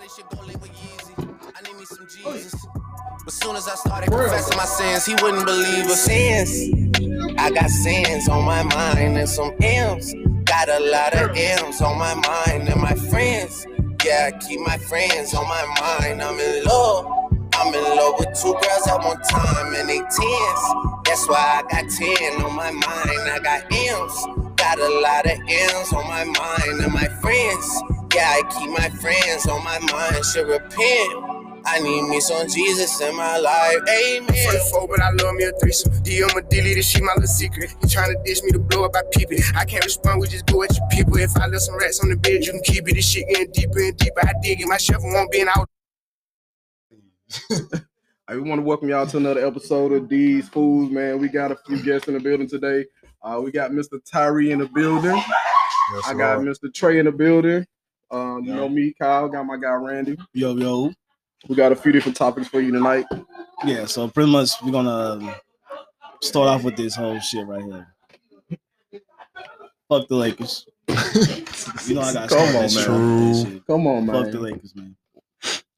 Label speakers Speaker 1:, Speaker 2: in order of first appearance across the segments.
Speaker 1: this shit gon' live with Yeezy. I need me some Jesus. But soon as I started confessing my sins, he wouldn't believe us. Sins. I got sins on my mind and some M's. Got a lot of M's on my mind and my friends. Yeah, I keep my friends on my mind. I'm in love. I'm in love with two girls at one time and they tens. That's why I got ten on my mind. I got M's. Got a lot of M's on my mind and my friends. Yeah, I keep my friends on my mind. Should repent. I need me some Jesus in my life. Amen.
Speaker 2: I'm from the four, but I love me a threesome. D on my dilly, this shit my little secret. You tryna dish me to blow up, I peep it. I can't respond, we just go at your people. If I left some rats on the bed, you can keep it. This shit getting deeper and deeper. I dig it. My shovel won't be an out.
Speaker 3: I want to welcome y'all to another episode of These Fools, man. We got a few guests in the building today. Uh, we got Mr. Tyree in the building.
Speaker 4: Yes,
Speaker 3: I got
Speaker 4: Lord.
Speaker 3: Mr. Trey in the building. Um, You
Speaker 4: Yeah.
Speaker 3: know me, Kyle. Got my guy Randy.
Speaker 4: yo yo.
Speaker 3: We got a few different topics for you tonight.
Speaker 4: Yeah, so pretty much we're gonna um, start off with this whole shit right here. Fuck the Lakers. You know I got
Speaker 3: Come on, man.
Speaker 4: True.
Speaker 3: Come on,
Speaker 4: Fuck the
Speaker 3: man.
Speaker 4: Lakers, man.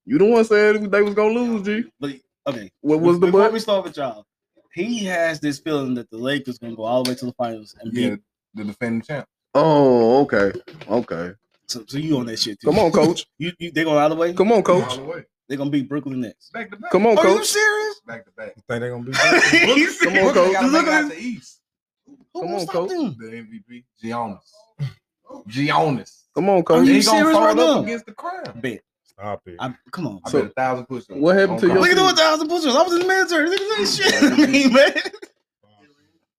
Speaker 3: You the one said they was gonna lose, G.
Speaker 4: But okay,
Speaker 3: What was the
Speaker 4: before
Speaker 3: but?
Speaker 4: we start with y'all, he has this feeling that the Lakers gonna go all the way to the finals and beat.
Speaker 5: Yeah, the defending champ.
Speaker 3: Oh, okay, okay.
Speaker 4: So, so you on that shit too?
Speaker 3: Come on, coach.
Speaker 4: You, you they going all the way?
Speaker 3: Come on,
Speaker 5: All
Speaker 3: coach.
Speaker 5: the way.
Speaker 4: They gonna beat Brooklyn next.
Speaker 5: Back to back.
Speaker 3: Come on,
Speaker 4: Are Oh, you
Speaker 3: coach.
Speaker 4: serious?
Speaker 5: Back to back.
Speaker 6: You think they're gonna be
Speaker 3: Come on,
Speaker 5: Brooklyn
Speaker 3: coach.
Speaker 5: gotta
Speaker 4: Look
Speaker 5: make it
Speaker 4: at
Speaker 5: out the East.
Speaker 4: Who
Speaker 3: Come
Speaker 4: gonna
Speaker 3: on,
Speaker 4: stop
Speaker 3: coach.
Speaker 4: them?
Speaker 5: The MVP, Giannis. Giannis.
Speaker 3: Come on,
Speaker 4: Are
Speaker 3: coach.
Speaker 4: you
Speaker 5: He gonna
Speaker 4: serious
Speaker 5: fold
Speaker 4: right
Speaker 5: up
Speaker 4: now?
Speaker 5: against the crown.
Speaker 4: Bet.
Speaker 6: Stop it.
Speaker 4: I, come on.
Speaker 5: I
Speaker 3: So,
Speaker 5: bet a thousand push-ups.
Speaker 3: what happened to
Speaker 5: On
Speaker 3: your-
Speaker 4: We
Speaker 5: Kyle.
Speaker 4: can do a thousand push-ups. I was in the military. Look at that shit, man.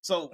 Speaker 4: So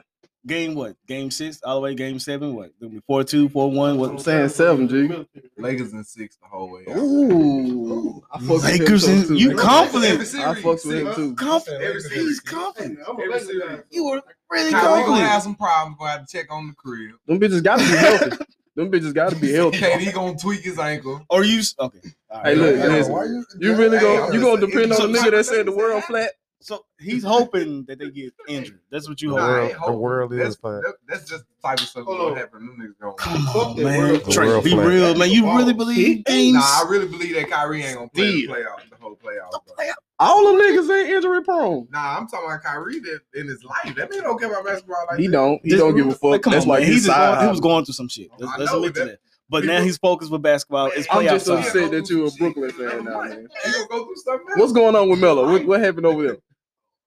Speaker 4: game what? Game six, all the way game seven. What? Four two, four one.
Speaker 3: I'm
Speaker 4: What?
Speaker 3: saying seven, G.
Speaker 5: Lakers in six the whole way. out.
Speaker 3: Ooh, I fucks with him
Speaker 4: Lakers
Speaker 3: too,
Speaker 4: and-
Speaker 3: too,
Speaker 4: you
Speaker 3: man.
Speaker 4: come-
Speaker 5: Every
Speaker 4: confident.
Speaker 5: series,
Speaker 3: I fucks with him
Speaker 5: six.
Speaker 3: too.
Speaker 4: Confident. He's confident.
Speaker 5: Every series.
Speaker 4: You were really
Speaker 5: Now, we gonna have
Speaker 4: confident.
Speaker 5: some problems. Gonna have to check on the crib.
Speaker 3: Them bitches gotta be healthy. Them bitches gotta be healthy.
Speaker 5: KD gonna tweak his ankle.
Speaker 4: Or you? s- Okay. all
Speaker 3: Hey,
Speaker 4: right.
Speaker 3: look,
Speaker 6: Yeah,
Speaker 3: listen.
Speaker 6: why you,
Speaker 3: You really
Speaker 5: Hey,
Speaker 3: go?
Speaker 5: I'm
Speaker 3: You
Speaker 5: just
Speaker 3: gonna
Speaker 5: saying,
Speaker 3: depend on the
Speaker 4: so-
Speaker 3: nigga that said the world flat?
Speaker 4: So he's hoping that they get injured. That's what
Speaker 6: the
Speaker 4: you
Speaker 5: Nah, I
Speaker 4: hope.
Speaker 6: world,
Speaker 5: ain't
Speaker 6: the
Speaker 5: hoping.
Speaker 6: world
Speaker 5: That's,
Speaker 6: is flat.
Speaker 5: that- that's just the type of stuff that's gonna happen. Them niggas gonna.
Speaker 4: Come on,
Speaker 3: Fuck that
Speaker 4: man.
Speaker 3: world.
Speaker 4: Trey,
Speaker 6: world
Speaker 4: be
Speaker 6: flat.
Speaker 4: real, man. You really believe games?
Speaker 5: Nah, I really believe that Kyrie ain't gonna play the
Speaker 3: Still.
Speaker 5: playoff, the whole playoff. bro.
Speaker 3: All them niggas ain't injury prone.
Speaker 5: Nah, I'm talking about Kyrie that in his life. That man don't care about basketball like
Speaker 3: He
Speaker 5: that.
Speaker 3: don't. He
Speaker 4: Just-
Speaker 3: don't give a
Speaker 4: Like,
Speaker 3: fuck.
Speaker 4: come
Speaker 3: That's
Speaker 4: on,
Speaker 3: like
Speaker 4: man. He's
Speaker 3: his
Speaker 4: just going, he
Speaker 3: side.
Speaker 4: was
Speaker 3: hobby.
Speaker 4: going through some shit. Let's,
Speaker 5: I
Speaker 4: let's
Speaker 5: know
Speaker 4: admit to
Speaker 5: that-
Speaker 4: that. But
Speaker 5: people-
Speaker 4: now he's focused with basketball. It's
Speaker 5: I'm
Speaker 3: I'm
Speaker 4: playoff
Speaker 3: just
Speaker 4: time.
Speaker 3: upset that you a
Speaker 5: Shit.
Speaker 3: Brooklyn fan now, man.
Speaker 5: He gonna go through stuff now.
Speaker 3: What's going on with Melo? What, what happened over there?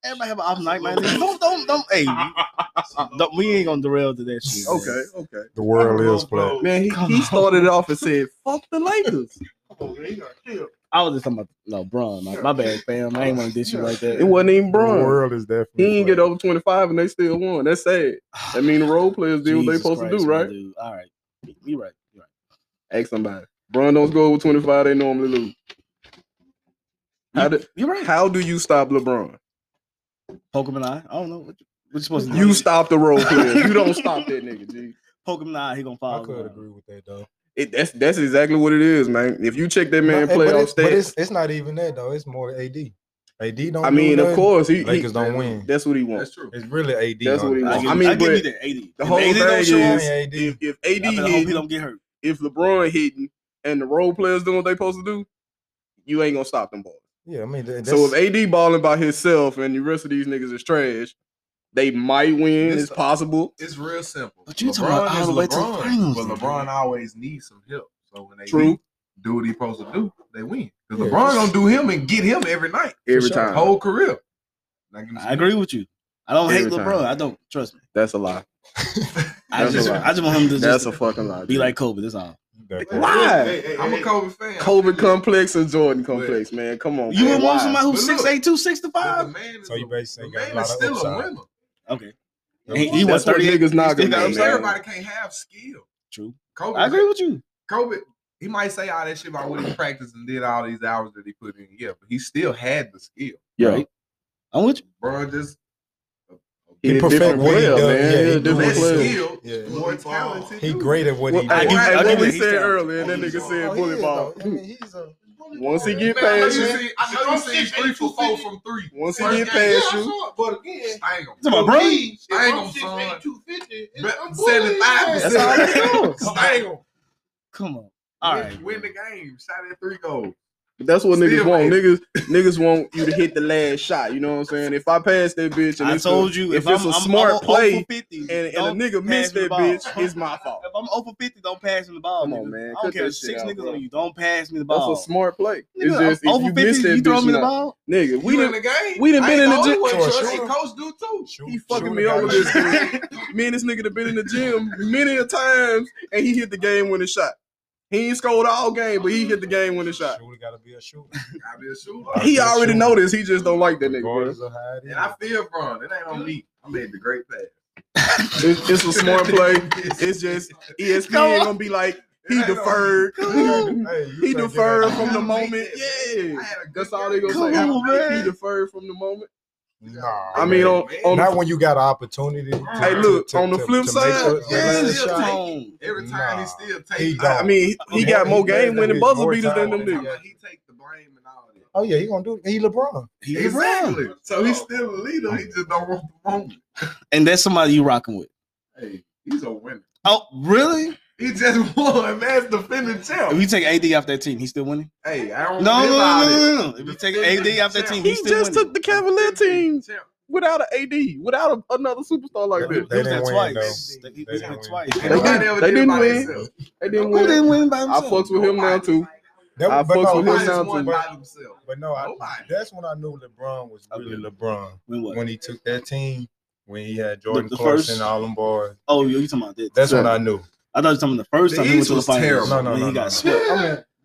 Speaker 4: Everybody have an off night, man. Don't, don't, don't. Hey, don't, we ain't gonna derail to that shit. man.
Speaker 3: Okay, okay.
Speaker 6: The world is flat.
Speaker 3: Man, he,
Speaker 4: Come
Speaker 3: he
Speaker 4: on.
Speaker 3: started it off and said, "Fuck the Lakers."
Speaker 4: I was just talking about no, Bron. My, my bad, fam. I ain't want to diss you like
Speaker 3: It
Speaker 4: that.
Speaker 3: wasn't even
Speaker 6: The
Speaker 3: Bron.
Speaker 6: world is definitely.
Speaker 3: He didn't
Speaker 6: flat.
Speaker 3: get over 25 and they still won. That's sad. That mean the role players did what they
Speaker 4: Jesus
Speaker 3: supposed to
Speaker 4: Christ,
Speaker 3: do,
Speaker 4: my
Speaker 3: right?
Speaker 4: dude. All right, you right. You right.
Speaker 3: Ask somebody. Bron don't score over 25, they normally lose. How do,
Speaker 4: You're right.
Speaker 3: how do you stop LeBron?
Speaker 4: Poke him in the eye. I don't know what you, what you supposed to do.
Speaker 3: You stop the role player. You don't stop that nigga, G.
Speaker 4: poke him in the eye. He gonna
Speaker 6: I
Speaker 4: fall.
Speaker 6: could agree with that though.
Speaker 3: It, that's that's exactly what it is, man. If you check that man
Speaker 6: Hey, but,
Speaker 3: playoff
Speaker 6: it's, but
Speaker 3: stats,
Speaker 6: it's, it's not even that though. It's more AD. AD don't.
Speaker 3: I mean,
Speaker 6: do
Speaker 3: of
Speaker 6: nothing.
Speaker 3: course, he, he
Speaker 6: Lakers don't win.
Speaker 3: that's what he
Speaker 5: That's
Speaker 3: wants.
Speaker 5: true.
Speaker 6: It's really AD.
Speaker 3: That's what he
Speaker 4: I,
Speaker 3: wants.
Speaker 4: give,
Speaker 3: I
Speaker 4: I
Speaker 3: mean,
Speaker 4: mean, I give
Speaker 3: but
Speaker 4: you that eighty.
Speaker 3: the whole
Speaker 4: AD
Speaker 3: thing
Speaker 4: don't show
Speaker 3: is-
Speaker 4: up,
Speaker 6: AD.
Speaker 3: If, if
Speaker 4: I
Speaker 3: AD
Speaker 4: better hope he
Speaker 3: hitting,
Speaker 4: don't get hurt.
Speaker 3: if LeBron hitting, and the role players doing what they supposed to do, you ain't gonna stop them boys.
Speaker 6: Yeah, I mean, that- that's,
Speaker 3: So if AD balling by himself and the rest of these niggas is trash, they might win.
Speaker 5: This-
Speaker 3: it's possible.
Speaker 5: It's real simple.
Speaker 4: But you talking about all
Speaker 5: is
Speaker 4: the way to the
Speaker 5: LeBron,
Speaker 4: finals,
Speaker 5: But
Speaker 4: man.
Speaker 5: LeBron always needs some help. So when they
Speaker 3: True.
Speaker 5: do what he supposed to do, they win. Because
Speaker 6: Yeah.
Speaker 5: LeBron gonna do him and get him every night,
Speaker 3: Every
Speaker 6: sure.
Speaker 3: time.
Speaker 5: whole career. Now give me some-
Speaker 4: I agree with you. I don't hate
Speaker 3: Every time.
Speaker 4: LeBron. I don't trust me.
Speaker 3: That's a lie.
Speaker 4: I
Speaker 3: That's
Speaker 4: just,
Speaker 3: a lie.
Speaker 4: I just want him to
Speaker 3: That's
Speaker 4: just
Speaker 3: a fucking lie.
Speaker 4: be like Kobe. That's all.
Speaker 6: that part.
Speaker 3: why?
Speaker 5: I'm a Kobe fan.
Speaker 3: Kobe complex and Jordan complex, man. Come on.
Speaker 4: You
Speaker 3: man.
Speaker 4: would want
Speaker 3: Why?
Speaker 4: somebody who's
Speaker 5: But look,
Speaker 4: six eight two sixty
Speaker 5: But
Speaker 4: five.
Speaker 5: the man is,
Speaker 6: So you basically
Speaker 5: the
Speaker 6: got a
Speaker 5: man
Speaker 6: lot
Speaker 5: is
Speaker 6: of
Speaker 5: still a
Speaker 6: upside.
Speaker 5: winner.
Speaker 4: Okay,
Speaker 6: That
Speaker 4: He-
Speaker 6: part.
Speaker 4: he was
Speaker 3: That's what
Speaker 4: 38.
Speaker 3: niggas not gonna
Speaker 4: He still got
Speaker 3: do,
Speaker 4: upset.
Speaker 3: man.
Speaker 5: Everybody can't have skill.
Speaker 4: true.
Speaker 5: Kobe,
Speaker 4: I agree with you.
Speaker 5: Kobe, he might say all that shit about what he practiced and did all these hours that he put in. Yeah, but he still had the skill.
Speaker 3: Yeah.
Speaker 4: Right? I'm with you.
Speaker 5: Bro, just
Speaker 3: He a
Speaker 6: perfect
Speaker 3: different
Speaker 6: what he
Speaker 3: player,
Speaker 6: does.
Speaker 3: man.
Speaker 6: Yeah,
Speaker 3: He a
Speaker 6: he
Speaker 3: different
Speaker 5: less
Speaker 6: does.
Speaker 3: player.
Speaker 5: skilled,
Speaker 6: Yeah.
Speaker 5: more talented.
Speaker 6: He
Speaker 5: dude.
Speaker 6: great at what
Speaker 3: Well,
Speaker 6: he
Speaker 3: I,
Speaker 4: give-
Speaker 6: does.
Speaker 3: I,
Speaker 4: I
Speaker 3: what
Speaker 4: give
Speaker 3: we
Speaker 4: it-
Speaker 3: said earlier, that
Speaker 5: he's
Speaker 3: nigga
Speaker 5: on-
Speaker 3: said
Speaker 6: Oh, he
Speaker 3: bully
Speaker 6: is,
Speaker 3: ball.
Speaker 6: though. I mean, he's a
Speaker 3: Once he get
Speaker 5: Man, I know you
Speaker 3: past you,
Speaker 5: see, I know you see three for four from three.
Speaker 3: once he
Speaker 5: First
Speaker 3: get
Speaker 5: game,
Speaker 3: past
Speaker 5: yeah, I
Speaker 3: you,
Speaker 5: saw it, But again, Stangum.
Speaker 4: Come on, bro. He
Speaker 5: Stangum, son. Be- 75%.
Speaker 4: That's all it is.
Speaker 5: Stangum.
Speaker 4: Come on. All
Speaker 5: win,
Speaker 4: right.
Speaker 5: win the game. Shot at three goals.
Speaker 3: That's what
Speaker 5: Still
Speaker 3: niggas want.
Speaker 5: waiting.
Speaker 3: Niggas, niggas want you to hit the last shot. You know what I'm saying? If I pass that bitch, and
Speaker 4: I
Speaker 3: it's
Speaker 4: told
Speaker 3: a,
Speaker 4: you
Speaker 3: if,
Speaker 4: if,
Speaker 3: it's
Speaker 4: I'm,
Speaker 3: a
Speaker 4: I'm
Speaker 3: smart
Speaker 4: over-
Speaker 3: play
Speaker 4: over 50,
Speaker 3: and, and
Speaker 4: don't
Speaker 3: a nigga
Speaker 4: pass
Speaker 3: missed
Speaker 4: me the
Speaker 3: that
Speaker 4: ball.
Speaker 3: bitch, it's my fault.
Speaker 4: If I'm over 50, don't pass me the ball.
Speaker 3: Come on,
Speaker 4: nigga.
Speaker 3: man.
Speaker 4: I
Speaker 3: Cut
Speaker 4: don't care
Speaker 3: that
Speaker 4: if
Speaker 3: shit
Speaker 4: six
Speaker 3: out,
Speaker 4: niggas
Speaker 3: bro.
Speaker 4: on you. Don't pass me the
Speaker 3: That's
Speaker 4: ball.
Speaker 3: a smart play. It's
Speaker 4: Nigga,
Speaker 3: just
Speaker 4: I'm
Speaker 3: if
Speaker 4: over
Speaker 3: you
Speaker 4: 50,
Speaker 3: miss that
Speaker 4: you throw
Speaker 3: bitch,
Speaker 4: me the
Speaker 3: now-
Speaker 4: ball.
Speaker 3: nigga, we
Speaker 5: You in
Speaker 3: done
Speaker 5: the game.
Speaker 3: we done
Speaker 5: I
Speaker 3: been
Speaker 5: ain't
Speaker 3: in the
Speaker 5: only
Speaker 3: gym-
Speaker 5: one,
Speaker 6: To a
Speaker 5: Trust.
Speaker 6: shooter.
Speaker 5: Hey, Coach do too.
Speaker 6: Shoot,
Speaker 3: He fucking
Speaker 6: shoot
Speaker 3: me
Speaker 6: the
Speaker 3: over
Speaker 6: guy.
Speaker 3: this dude. Me and this nigga done been in the gym many a times, and he hit the game winning shot. He ain't scored all game, but he hit the game winning shot.
Speaker 6: Shooter gotta be a shooter.
Speaker 5: I be a shooter.
Speaker 3: He already know this. He just don't like that nigga. Bro.
Speaker 6: Regardless of how it is.
Speaker 5: And I feel from it. It ain't on me. I made the great pass.
Speaker 3: It's, it's a smart play. It's just E ESPN ain't gonna be like he
Speaker 5: It ain't on
Speaker 3: deferred.
Speaker 6: Hey, you
Speaker 3: He
Speaker 6: finna get
Speaker 3: deferred
Speaker 6: that-
Speaker 3: from the
Speaker 5: Come on,
Speaker 3: moment.
Speaker 5: man.
Speaker 3: Yeah,
Speaker 5: I had a good
Speaker 3: that's all they gonna
Speaker 5: game.
Speaker 3: say.
Speaker 4: Come on, man.
Speaker 3: He deferred from the moment.
Speaker 6: Nah,
Speaker 3: I mean,
Speaker 6: man.
Speaker 3: on on
Speaker 6: not when you got an opportunity. To,
Speaker 5: Hey,
Speaker 3: look,
Speaker 6: to,
Speaker 3: on the
Speaker 6: to-
Speaker 3: flip
Speaker 6: to
Speaker 3: side,
Speaker 6: make a-
Speaker 5: yeah,
Speaker 6: a
Speaker 5: it's
Speaker 6: shot.
Speaker 5: tight.
Speaker 4: Come
Speaker 5: Every time
Speaker 6: Nah.
Speaker 5: he still take.
Speaker 6: He
Speaker 3: I mean, he got more game winning buzzer beaters than them
Speaker 5: I'm
Speaker 3: niggas.
Speaker 5: like, he take the blame and all that.
Speaker 6: Oh yeah, he gonna do. it. He LeBron.
Speaker 4: He
Speaker 5: Exactly. So he's still a leader. He just don't want the moment.
Speaker 4: And that's somebody you rocking with.
Speaker 5: Hey, he's a winner.
Speaker 4: Oh, really?
Speaker 5: He just won. That's defending
Speaker 4: If
Speaker 5: champ.
Speaker 4: you take AD off that team, he's still winning?
Speaker 5: Hey, I
Speaker 4: No,
Speaker 5: don't.
Speaker 4: no,
Speaker 5: live out it.
Speaker 4: no, no, no. If you take AD off that team,
Speaker 3: He
Speaker 4: he's still
Speaker 3: just
Speaker 4: winning.
Speaker 3: took the Cavalier team
Speaker 5: Champ.
Speaker 3: without an AD, without a, another superstar like
Speaker 6: They
Speaker 3: that.
Speaker 4: He was there
Speaker 6: didn't win,
Speaker 4: twice.
Speaker 6: though.
Speaker 4: They- He
Speaker 6: They
Speaker 4: was
Speaker 6: didn't
Speaker 4: there
Speaker 6: win.
Speaker 4: twice.
Speaker 3: They
Speaker 5: Nobody
Speaker 3: didn't-
Speaker 5: ever
Speaker 3: they
Speaker 5: did
Speaker 3: didn't
Speaker 5: by
Speaker 3: win.
Speaker 5: themselves.
Speaker 3: They didn't
Speaker 4: Who didn't
Speaker 3: win.
Speaker 4: win by
Speaker 3: I
Speaker 4: himself?
Speaker 3: fucks with him now too.
Speaker 6: That,
Speaker 3: I
Speaker 6: but
Speaker 3: fucks
Speaker 6: no,
Speaker 3: with him
Speaker 5: Nobody's
Speaker 6: but-
Speaker 3: now
Speaker 5: won
Speaker 3: too.
Speaker 5: by themselves.
Speaker 6: But no, I,
Speaker 5: Nobody.
Speaker 6: that's when I knew LeBron was really LeBron
Speaker 4: Win what?
Speaker 6: when he took that team when he had Jordan
Speaker 4: The- the
Speaker 6: Clarkson,
Speaker 4: first-
Speaker 6: all them boys.
Speaker 4: Oh, you you talking about that?
Speaker 6: That's
Speaker 4: Sure.
Speaker 6: when I knew.
Speaker 4: I thought you were talking about the first
Speaker 5: The
Speaker 4: time he went
Speaker 5: East
Speaker 4: to the
Speaker 5: was
Speaker 4: finals.
Speaker 5: terrible.
Speaker 6: No, no,
Speaker 4: when
Speaker 6: no,
Speaker 4: he
Speaker 6: no,
Speaker 4: got
Speaker 6: no.
Speaker 4: swept.
Speaker 5: The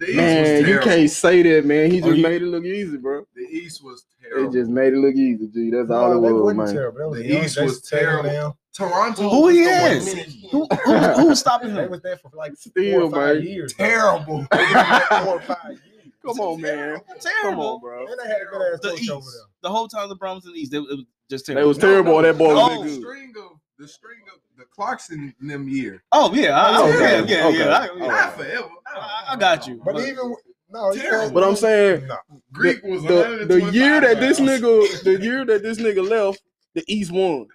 Speaker 5: East was
Speaker 3: Man, you
Speaker 5: terrible.
Speaker 3: can't say that, man. He
Speaker 4: Oh,
Speaker 3: just
Speaker 4: you-
Speaker 3: made it look easy, bro.
Speaker 5: The East was
Speaker 3: It
Speaker 5: terrible.
Speaker 3: just made it look easy, G. That's all it
Speaker 6: No, they
Speaker 3: was,
Speaker 6: wasn't
Speaker 3: man.
Speaker 6: terrible. That was
Speaker 5: The
Speaker 6: young.
Speaker 5: East
Speaker 6: They
Speaker 5: was
Speaker 6: tearing
Speaker 5: terrible.
Speaker 6: down.
Speaker 5: Toronto.
Speaker 4: Who
Speaker 5: was
Speaker 4: he
Speaker 5: the
Speaker 4: is?
Speaker 5: winning team.
Speaker 4: Who, who, who was stopping
Speaker 6: They
Speaker 4: him?
Speaker 6: was there for like four
Speaker 3: Still,
Speaker 6: or five
Speaker 3: man.
Speaker 6: years. though.
Speaker 5: Terrible.
Speaker 6: They was there for four or five years.
Speaker 3: Come on, man. Come on,
Speaker 4: Terrible.
Speaker 3: bro.
Speaker 6: And they had a good ass
Speaker 4: The
Speaker 6: coach over
Speaker 4: East. The whole time LeBron was in the East, they, it was just
Speaker 3: They
Speaker 4: terrible.
Speaker 3: was terrible. That boy was
Speaker 5: the
Speaker 3: that good.
Speaker 5: Oh, string of the string of the Clarkson in them year.
Speaker 4: oh yeah, I,
Speaker 3: Oh,
Speaker 4: yeah,
Speaker 3: okay,
Speaker 4: yeah,
Speaker 3: okay.
Speaker 4: yeah. I, yeah.
Speaker 5: Not forever.
Speaker 4: I- I got you.
Speaker 6: there. But even no, you
Speaker 5: Terrible.
Speaker 6: know-
Speaker 3: But I'm saying
Speaker 6: no.
Speaker 5: Greek
Speaker 3: the-
Speaker 5: was
Speaker 3: the, the
Speaker 5: 125
Speaker 3: year that this
Speaker 5: pounds.
Speaker 3: nigga the year that this nigga left, the East won.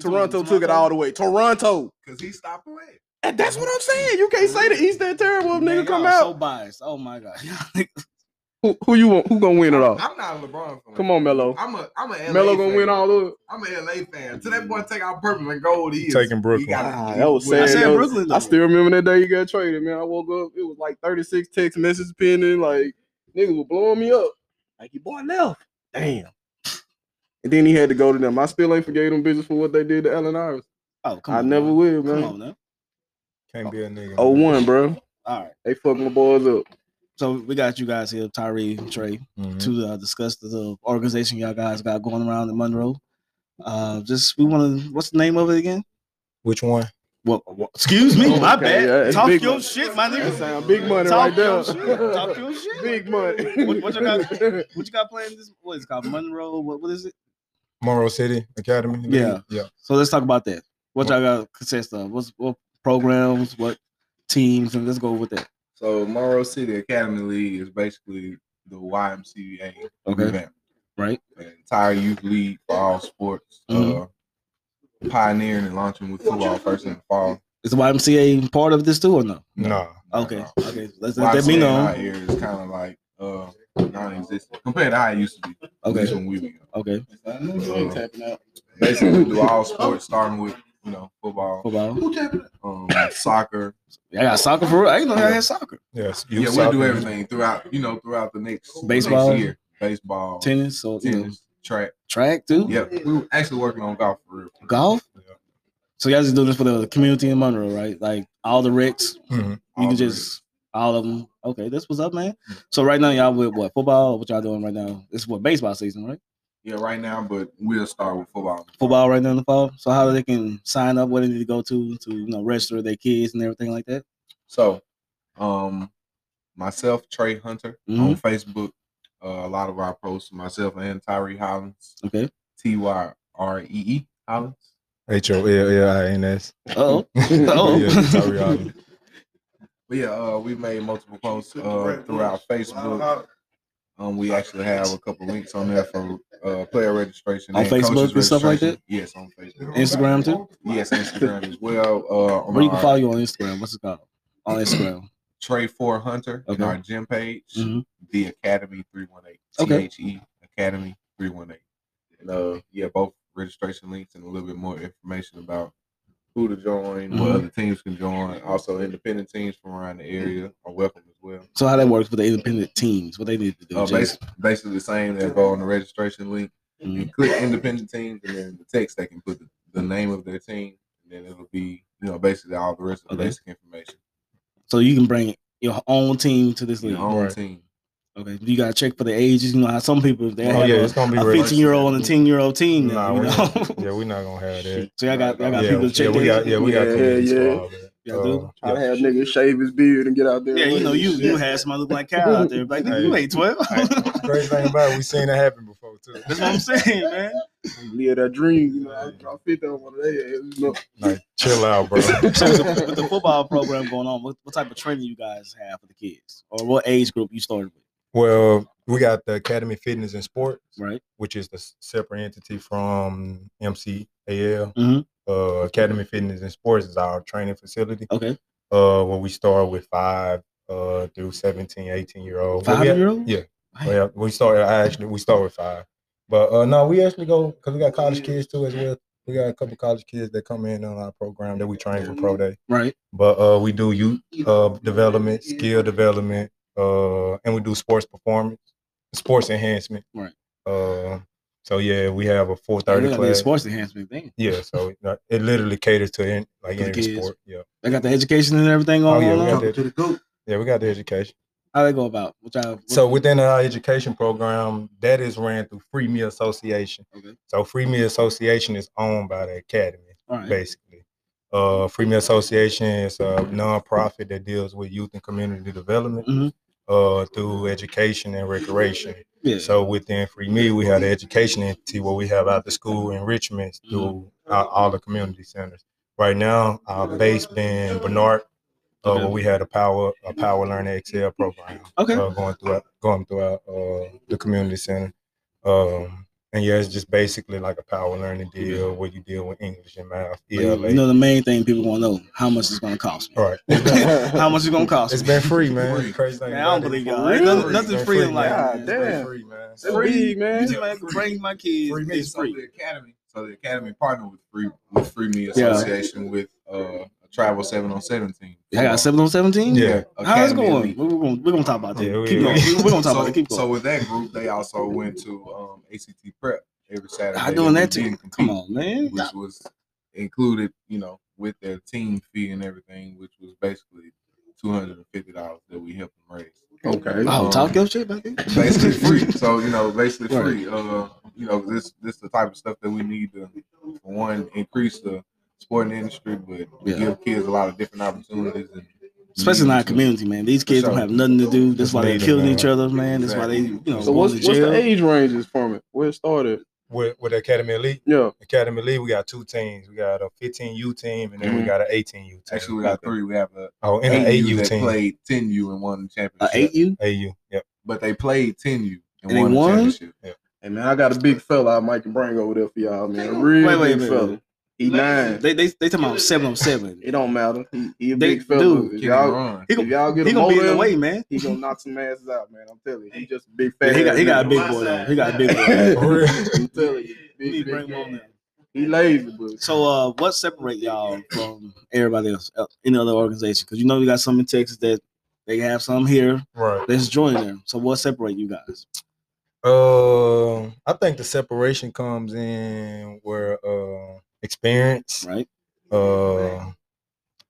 Speaker 3: Toronto took it all the way. Toronto.
Speaker 5: because he stopped playing.
Speaker 3: And that's what I'm saying. You can't say the East that terrible if
Speaker 4: Man,
Speaker 3: nigga come
Speaker 4: y'all So
Speaker 3: out.
Speaker 4: biased. Oh my god.
Speaker 3: Who, who you want? Who gonna win it all?
Speaker 5: I'm not a LeBron fan.
Speaker 3: Come on, Melo.
Speaker 5: I'm a I'm a LA
Speaker 3: Melo gonna
Speaker 5: fan.
Speaker 3: win all of it.
Speaker 5: I'm a LA fan. So that boy take out purple and gold. He is.
Speaker 6: Taking Brooklyn.
Speaker 5: He gotta-
Speaker 3: Ah,
Speaker 5: he-
Speaker 3: that was
Speaker 5: well,
Speaker 4: I
Speaker 3: sad.
Speaker 4: said
Speaker 3: That was-
Speaker 4: Brooklyn. Though.
Speaker 3: I still remember that day you got traded, man. I woke up, it was like 36 text messages pending, like niggas were blowing me up. Like your boy left. Damn. And then he had to go to them. I still ain't forgave them bitches for what they did to Allen Iris.
Speaker 4: Oh, come
Speaker 3: I
Speaker 4: on,
Speaker 3: never
Speaker 4: man.
Speaker 3: will,
Speaker 4: Come
Speaker 3: man.
Speaker 4: on now.
Speaker 6: Can't be a nigga.
Speaker 3: Oh one, bro.
Speaker 4: All right.
Speaker 3: They fucked my boys up.
Speaker 4: So we got you guys here, Tyree, Trey,
Speaker 6: Mhm.
Speaker 4: to uh, discuss the, the organization y'all guys got going around in Monroe. Uh, just we want to. What's the name of it again? Oh,
Speaker 6: Which one?
Speaker 4: Well, excuse me, my
Speaker 3: Okay,
Speaker 4: bad.
Speaker 3: yeah, it's
Speaker 4: Talk
Speaker 3: big
Speaker 4: your
Speaker 3: money.
Speaker 4: shit, my
Speaker 3: That
Speaker 4: nigga.
Speaker 3: sound big money
Speaker 4: Talk
Speaker 3: right there.
Speaker 4: your shit. Talk your shit.
Speaker 3: big money.
Speaker 4: What- what you What you got playing this? What is it called? Monroe. What what is it?
Speaker 6: Monroe City Academy.
Speaker 4: Yeah.
Speaker 6: yeah.
Speaker 4: So let's talk about that. What y'all got consist of? What's what programs? What teams? And let's go with that.
Speaker 5: So Morrow City Academy League is basically the YMCA event,
Speaker 4: Right.
Speaker 5: An entire youth league for all sports,
Speaker 4: Mhm.
Speaker 5: uh,
Speaker 4: Mm-hmm.
Speaker 5: pioneering and launching with football first in the fall.
Speaker 4: Is the YMCA part of this too or no?
Speaker 6: No.
Speaker 4: Okay.
Speaker 5: No.
Speaker 4: Okay. Let's let that be
Speaker 5: YMCA
Speaker 4: known.
Speaker 5: out here is kind of like uh, non-existent compared to how it used to be. at least
Speaker 4: Okay.
Speaker 5: when we were young.
Speaker 4: Okay.
Speaker 5: Uh, basically do all sports, starting with you know football,
Speaker 4: Football.
Speaker 5: um, soccer.
Speaker 4: I got soccer for real. I ain't know I had soccer.
Speaker 6: Yes.
Speaker 5: Yeah,
Speaker 6: youth
Speaker 5: we do
Speaker 6: soccer.
Speaker 5: everything throughout you know throughout the next next
Speaker 4: Baseball.
Speaker 5: year. Baseball, tennis,
Speaker 4: Tennis. So you know,
Speaker 5: track.
Speaker 4: track too.
Speaker 5: Yeah, we were actually working on golf for real.
Speaker 4: Golf.
Speaker 6: Yeah.
Speaker 4: So y'all just doing this for the community in Monroe, right? Like all the recs.
Speaker 6: Mhm.
Speaker 4: You
Speaker 5: All
Speaker 4: can
Speaker 5: three.
Speaker 4: just all of them. Okay, that's what's up, man. So right now y'all with what football? What y'all doing right now? It's what baseball season, right?
Speaker 5: yeah right now, but we'll start with football.
Speaker 4: Football right now in the fall. So how they can sign up? What they need to go to to you know register their kids and everything like that.
Speaker 5: So, um, myself Trey Hunter on
Speaker 4: Mm-hmm.
Speaker 5: Facebook. Uh, a lot of our posts, myself and Tyree Hollins,
Speaker 4: Okay.
Speaker 5: T Y R E E Hollins.
Speaker 6: H O L L I N S.
Speaker 4: Oh, Oh.
Speaker 6: Yeah, sorry, Ollie.
Speaker 5: But yeah, uh, we made multiple posts uh, throughout Facebook. Um, we actually have a couple links on there for uh, player registration
Speaker 4: On
Speaker 5: and coaches
Speaker 4: Facebook and stuff like
Speaker 5: registration. Yes, on Facebook,
Speaker 4: Instagram too.
Speaker 5: yes, Instagram as well. Uh, on
Speaker 4: Or you can
Speaker 5: our-
Speaker 4: follow you on Instagram. What's it called? on Instagram.
Speaker 5: Trey for Hunter
Speaker 4: Okay.
Speaker 5: in our gym page,
Speaker 4: Mhm.
Speaker 5: the Academy 318.
Speaker 4: Okay.
Speaker 5: T H E Academy 318. And uh yeah, both registration links and a little bit more information about who to join, what
Speaker 4: Mhm.
Speaker 5: other teams can join. Also independent teams from around the area are welcome as well.
Speaker 4: So how that works with the independent teams, what they need to do.
Speaker 5: Uh,
Speaker 4: Jason.
Speaker 5: basically, basically the same that go on the registration link. You
Speaker 4: Mhm.
Speaker 5: click independent teams and then the text they can put the, the name of their team and then it'll be, you know, basically all the rest of the
Speaker 4: Okay.
Speaker 5: basic information.
Speaker 4: So you can bring your own team to this league.
Speaker 5: Your own
Speaker 6: Right.
Speaker 5: team.
Speaker 4: Okay. You gotta check for the ages. You know how some people if they
Speaker 6: Oh
Speaker 4: have
Speaker 6: yeah,
Speaker 4: a-
Speaker 6: it's gonna be
Speaker 4: a
Speaker 6: real.
Speaker 4: 15 year old and a 10 year old team. now,
Speaker 6: Nah,
Speaker 4: you
Speaker 6: we
Speaker 4: know?
Speaker 6: not, yeah, we're not gonna have that.
Speaker 4: so y'all got, y'all got
Speaker 6: yeah,
Speaker 4: people to check
Speaker 6: yeah, we
Speaker 4: that.
Speaker 6: got, yeah, we got
Speaker 3: Yeah,
Speaker 6: committees
Speaker 3: yeah.
Speaker 6: for all that.
Speaker 4: Y'all do?
Speaker 6: Uh,
Speaker 3: Trying to
Speaker 6: yeah.
Speaker 3: have niggas shave his beard and get out there.
Speaker 4: yeah,
Speaker 3: and
Speaker 4: you know,
Speaker 3: run
Speaker 4: you
Speaker 3: and
Speaker 4: you
Speaker 3: shit.
Speaker 4: had somebody look like Kyle out there. Like, nigga, you
Speaker 6: Hey.
Speaker 4: ain't 12. That's
Speaker 6: Crazy thing about it, we seen that happen before too.
Speaker 4: what I'm saying, man.
Speaker 3: live that dream. You know, I drop fifty on one of their asses. You know,
Speaker 6: Like, chill out, bro.
Speaker 4: So with the, with the football program going on, what, what type of training you guys have for the kids? Or what age group you started with?
Speaker 6: Well, we got the Academy Fitness and Sports,
Speaker 4: Right?
Speaker 6: which is the s- separate entity from MCAL.
Speaker 4: Mhm.
Speaker 6: Uh, Academy Fitness and Sports is our training facility
Speaker 4: Okay.
Speaker 6: uh, where we start with five uh, through 17, 18 year old.
Speaker 4: Five year old?
Speaker 6: Yeah. Well, we start. I actually we start with five, but uh no, we actually go because we got college kids too as well. We got a couple college kids that come in on our program that we train for pro day.
Speaker 4: Right.
Speaker 6: But uh, we do youth uh, development, skill development, uh, and we do sports performance, sports enhancement.
Speaker 4: Right.
Speaker 6: Uh, so yeah, we have a four
Speaker 4: They
Speaker 6: thirty
Speaker 4: got the
Speaker 6: class.
Speaker 4: sports enhancement thing.
Speaker 6: Yeah, so it, like, it literally caters to any, like
Speaker 4: For the
Speaker 6: any
Speaker 4: kids.
Speaker 6: sport. Yeah,
Speaker 4: They got the education and everything
Speaker 6: Oh,
Speaker 4: going
Speaker 6: yeah, we
Speaker 4: on.
Speaker 6: got
Speaker 4: now?
Speaker 6: that. yeah, we got the education.
Speaker 4: How they go about? Which I,
Speaker 6: So within our education program, that is ran through Free Me Association.
Speaker 4: Okay.
Speaker 6: So Free Me Association is owned by the academy,
Speaker 4: all right.
Speaker 6: basically. Uh, Free Me Association is a nonprofit that deals with youth and community development
Speaker 4: Mhm.
Speaker 6: uh, through education and recreation.
Speaker 4: Yeah.
Speaker 6: So within Free Me, we have the education entity where we have out the school enrichments
Speaker 4: Mm-hmm.
Speaker 6: through uh, all the community centers. Right now, our base being Bernard, uh, where
Speaker 4: Okay.
Speaker 6: we had a power a power learning excel program
Speaker 4: Okay.
Speaker 6: uh, going throughout going throughout uh, the community center. Um, and yeah, it's just basically like a power learning deal where you deal with English and math, ELA.
Speaker 4: You know the main thing people want to know how much it's going to cost me.
Speaker 6: All right.
Speaker 4: how much it's going to cost
Speaker 6: It's
Speaker 4: me.
Speaker 6: been free, man.
Speaker 5: Free.
Speaker 6: Crazy thing.
Speaker 4: Man, I don't
Speaker 6: about it.
Speaker 4: believe
Speaker 6: It's
Speaker 4: y'all.
Speaker 6: been
Speaker 4: Ain't nothing- nothing
Speaker 6: It's been
Speaker 4: free in life.
Speaker 6: man.
Speaker 3: God
Speaker 6: It's been
Speaker 3: damn.
Speaker 6: free, man.
Speaker 3: That's free,
Speaker 4: You
Speaker 3: man.
Speaker 4: just like bring my kids.
Speaker 6: Free
Speaker 5: Free
Speaker 4: It's
Speaker 5: so
Speaker 4: free.
Speaker 5: the academy. So the academy partnered with Free with Free Me
Speaker 4: Yeah.
Speaker 5: Association with uh a tribal seven on seventeen.
Speaker 4: Y'all got seven on seventeen.
Speaker 6: Yeah.
Speaker 4: How it's
Speaker 5: Academy
Speaker 4: going?
Speaker 5: Elite.
Speaker 4: We're gonna we're gonna talk about that.
Speaker 6: Yeah, we-
Speaker 4: Keep going. We're gonna talk
Speaker 5: so,
Speaker 4: about it. Keep
Speaker 5: so
Speaker 4: going.
Speaker 5: with that group, they also went to um ACT prep every Saturday.
Speaker 4: I'm doing
Speaker 5: They
Speaker 4: that
Speaker 5: didn't
Speaker 4: too.
Speaker 5: compete,
Speaker 4: Come on, man.
Speaker 5: which was included, you know, with their team fee and everything, which was basically two hundred and fifty dollars that we helped them raise.
Speaker 3: Okay.
Speaker 4: Wow,
Speaker 5: Um,
Speaker 4: talk your shit back there.
Speaker 5: basically free. So you know, basically
Speaker 4: Right.
Speaker 5: free. Uh, you know, this this the type of stuff that we need to for one increase the sporting industry, but
Speaker 4: Yeah.
Speaker 5: give kids a lot of different opportunities. And
Speaker 4: Especially in our
Speaker 5: needs to-
Speaker 4: community, man. These kids
Speaker 5: sure.
Speaker 4: don't have nothing to do. That's why they're
Speaker 6: Neither,
Speaker 4: killing
Speaker 6: man.
Speaker 4: each other, man. That's why they, you
Speaker 5: Exactly.
Speaker 4: know,
Speaker 3: So what's
Speaker 4: going
Speaker 3: what's
Speaker 4: to jail.
Speaker 3: the age ranges from it? Where it started?
Speaker 6: With, with Academy Elite,
Speaker 3: Yeah.
Speaker 6: Academy Elite, we got two teams. We got a 15U team and then we
Speaker 4: Mm.
Speaker 3: Mhm.
Speaker 6: got an 18U team.
Speaker 5: Actually, we got three. We have a
Speaker 6: Oh, and an
Speaker 5: 8U
Speaker 6: 8U
Speaker 5: that
Speaker 6: team.
Speaker 5: played 10U and won the championship.
Speaker 4: A eight you?
Speaker 6: AU. Yep.
Speaker 5: but they played 10U and,
Speaker 4: And they
Speaker 5: won the
Speaker 4: won?
Speaker 5: championship.
Speaker 3: Hey man, I got a big fella I might can bring over there for y'all, man. A real
Speaker 4: Wait, wait,
Speaker 3: big
Speaker 4: wait, wait.
Speaker 3: fella. He nine.
Speaker 4: They they they talking about seven on seven.
Speaker 3: It don't matter. He, he a
Speaker 4: They-
Speaker 3: big fella.
Speaker 4: dude,
Speaker 3: if,
Speaker 5: Kick and
Speaker 3: y'all,
Speaker 5: run.
Speaker 4: He
Speaker 3: if
Speaker 4: gonna,
Speaker 3: y'all get
Speaker 4: he
Speaker 3: a
Speaker 4: gonna be
Speaker 3: motor,
Speaker 4: in the way, man.
Speaker 3: he gonna knock some asses out, man. I'm telling you. He just a big
Speaker 4: Yeah,
Speaker 3: fat.
Speaker 4: he got he got a
Speaker 3: ass
Speaker 4: big
Speaker 3: nigga.
Speaker 4: boy now. He got a big boy.
Speaker 6: For real.
Speaker 3: I'm telling you.
Speaker 4: We need
Speaker 3: Big,
Speaker 4: to bring
Speaker 3: big,
Speaker 4: him on
Speaker 3: man.
Speaker 4: now.
Speaker 3: he lazy, but
Speaker 4: So, uh, what separate y'all from everybody else, uh, any other organization? Because you know we got some in Texas that they have some here
Speaker 6: Right.
Speaker 4: that's joining them. So, what separate you guys?
Speaker 6: Uh, I think the separation comes in where uh experience,
Speaker 4: Right?
Speaker 6: uh,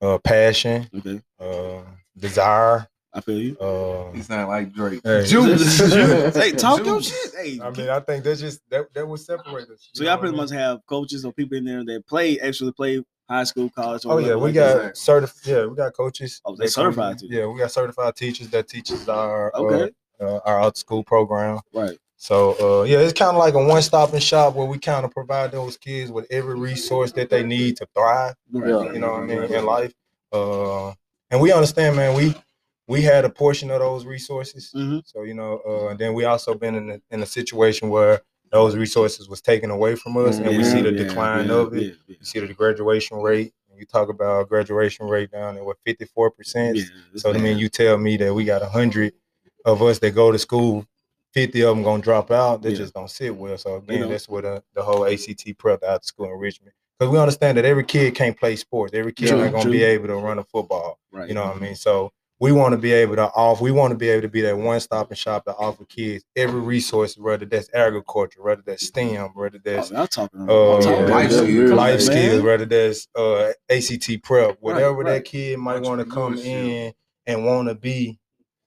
Speaker 6: uh passion,
Speaker 4: Okay,
Speaker 6: uh desire,
Speaker 4: I feel you.
Speaker 6: uh
Speaker 5: He sound like Drake.
Speaker 6: hey.
Speaker 4: hey, talk your
Speaker 5: Juice.
Speaker 4: shit. Hey,
Speaker 6: I mean, I think that's just that that would separate us.
Speaker 4: so y'all
Speaker 6: you know what I
Speaker 4: pretty
Speaker 6: mean?
Speaker 4: much have coaches or people in there that play actually play high school, college. Or
Speaker 6: Oh yeah,
Speaker 4: whatever
Speaker 6: we
Speaker 4: like that.
Speaker 6: got certified. Yeah, we got coaches.
Speaker 4: Oh, they
Speaker 6: that come
Speaker 4: certified
Speaker 6: in.
Speaker 4: too.
Speaker 6: Yeah, we got certified teachers that teaches our
Speaker 4: Okay.
Speaker 6: uh, uh, our out school program.
Speaker 4: right.
Speaker 6: So uh, yeah, it's kind of like a one stop and shop where we kind of provide those kids with every resource that they need to thrive.
Speaker 3: yeah.
Speaker 6: You know what I mean in life. Uh, and we understand, man. We we had a portion of those resources.
Speaker 4: Mhm.
Speaker 6: So you know, uh, and then we also been in a, in a situation where those resources was taken away from us, and we see the
Speaker 4: Yeah,
Speaker 6: decline
Speaker 4: yeah,
Speaker 6: of it.
Speaker 4: yeah, yeah.
Speaker 6: You see the graduation rate. You You talk about graduation rate down at what fifty four percent. So I mean, you tell me that we got hundred of us that go to school, fifty of them gonna drop out. They
Speaker 4: Yeah.
Speaker 6: just don't sit well. So again,
Speaker 4: know.
Speaker 6: that's where the, the whole ACT prep out of school enrichment. Because we understand that every kid can't play sports. Every kid
Speaker 4: True,
Speaker 6: not gonna
Speaker 4: true.
Speaker 6: be able to run a football.
Speaker 4: Right. Mm-hmm.
Speaker 6: You know what I mean? So we want to be able to offer, we want to be able to be that one stop and shop to offer kids every resource, whether that's agriculture, whether that's STEM, whether
Speaker 4: Oh,
Speaker 6: that's
Speaker 4: y'all talking
Speaker 6: Oh,
Speaker 4: I'm talking
Speaker 6: yeah.
Speaker 4: life
Speaker 5: Life
Speaker 4: skills.
Speaker 5: skills.
Speaker 4: Come on,
Speaker 6: life
Speaker 4: man.
Speaker 6: skills, whether that's uh, ACT prep, whatever
Speaker 4: right.
Speaker 6: that kid might want to come in and want to be,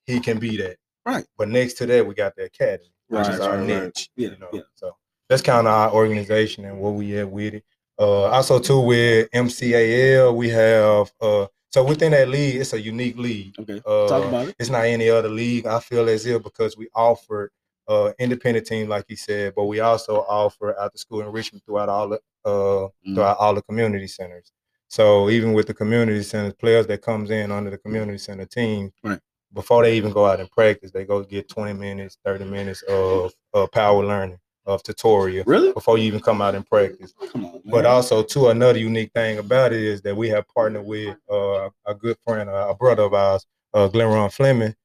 Speaker 6: he can be that.
Speaker 4: Right.
Speaker 6: But next to that, we got the academy, which
Speaker 4: Right,
Speaker 6: is our
Speaker 4: right, right.
Speaker 6: niche.
Speaker 4: Yeah,
Speaker 6: You know?
Speaker 4: yeah.
Speaker 6: So that's kind of our organization and what we at with it. Uh, also too with MCAL, we have uh, so within that league, it's a unique league.
Speaker 4: Okay.
Speaker 6: Uh,
Speaker 4: Talk about it.
Speaker 6: it's not any other league. I feel as if because we offer uh independent team, like he said, but we also offer after school enrichment throughout all the uh throughout all the community centers. So even with the community centers, players that comes in under the community center team,
Speaker 4: Right.
Speaker 6: before they even go out and practice, they go get 20 minutes, 30 minutes of, of power learning, of tutorial
Speaker 4: Really?
Speaker 6: before you even come out and practice.
Speaker 4: Come on.
Speaker 6: But
Speaker 4: man.
Speaker 6: also, too, another unique thing about it is that we have partnered with uh, a good friend, uh, a brother of ours, uh, Glenron Fleming,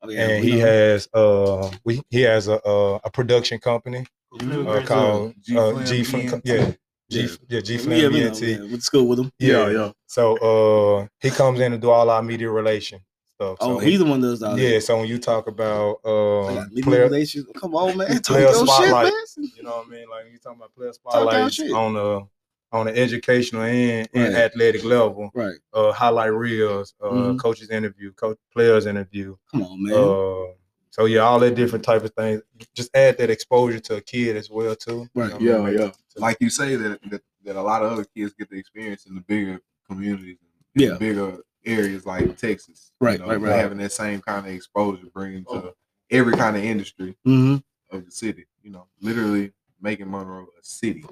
Speaker 4: Oh, yeah,
Speaker 6: and
Speaker 4: we
Speaker 6: he
Speaker 4: know.
Speaker 6: has uh, we he has a a, a production company uh, called
Speaker 5: G
Speaker 6: uh,
Speaker 5: Flim
Speaker 6: G Flim,
Speaker 5: ENT.
Speaker 6: yeah, G
Speaker 4: Yeah.
Speaker 6: yeah G Flim
Speaker 4: Yeah, we know,
Speaker 6: ENT.
Speaker 4: yeah, went to school with him.
Speaker 6: Yeah, yeah. So uh, he comes in to do all our media relation stuff. So
Speaker 4: Oh, he's the one that does all that.
Speaker 6: yeah. So when you talk about
Speaker 4: I
Speaker 6: uh,
Speaker 4: got media
Speaker 6: player,
Speaker 4: relations. Come on, man. Talk
Speaker 6: player
Speaker 4: your shit,
Speaker 6: spotlight.
Speaker 4: man.
Speaker 6: You know what I mean? Like you talking about player
Speaker 4: your
Speaker 6: spotlights
Speaker 4: shit.
Speaker 6: on the on the educational and, and
Speaker 4: Right.
Speaker 6: athletic level,
Speaker 4: Right.
Speaker 6: uh, highlight reels, uh,
Speaker 4: Mhm.
Speaker 6: coaches interview, coach players interview.
Speaker 4: Come on, man.
Speaker 6: Uh, so yeah, all that different type of things. Just add that exposure to a kid as well too.
Speaker 4: Right.
Speaker 6: You know what I
Speaker 3: Yeah,
Speaker 6: mean?
Speaker 3: yeah.
Speaker 5: like you say that, that that a lot of other kids get the experience in the bigger communities, in
Speaker 4: yeah.
Speaker 5: bigger areas like Texas.
Speaker 4: Right, right, right.
Speaker 5: Having that same kind of exposure, bringing
Speaker 6: Oh.
Speaker 5: to every kind of industry
Speaker 4: Mm-hmm.
Speaker 5: of the city. You know, literally making Monroe a city.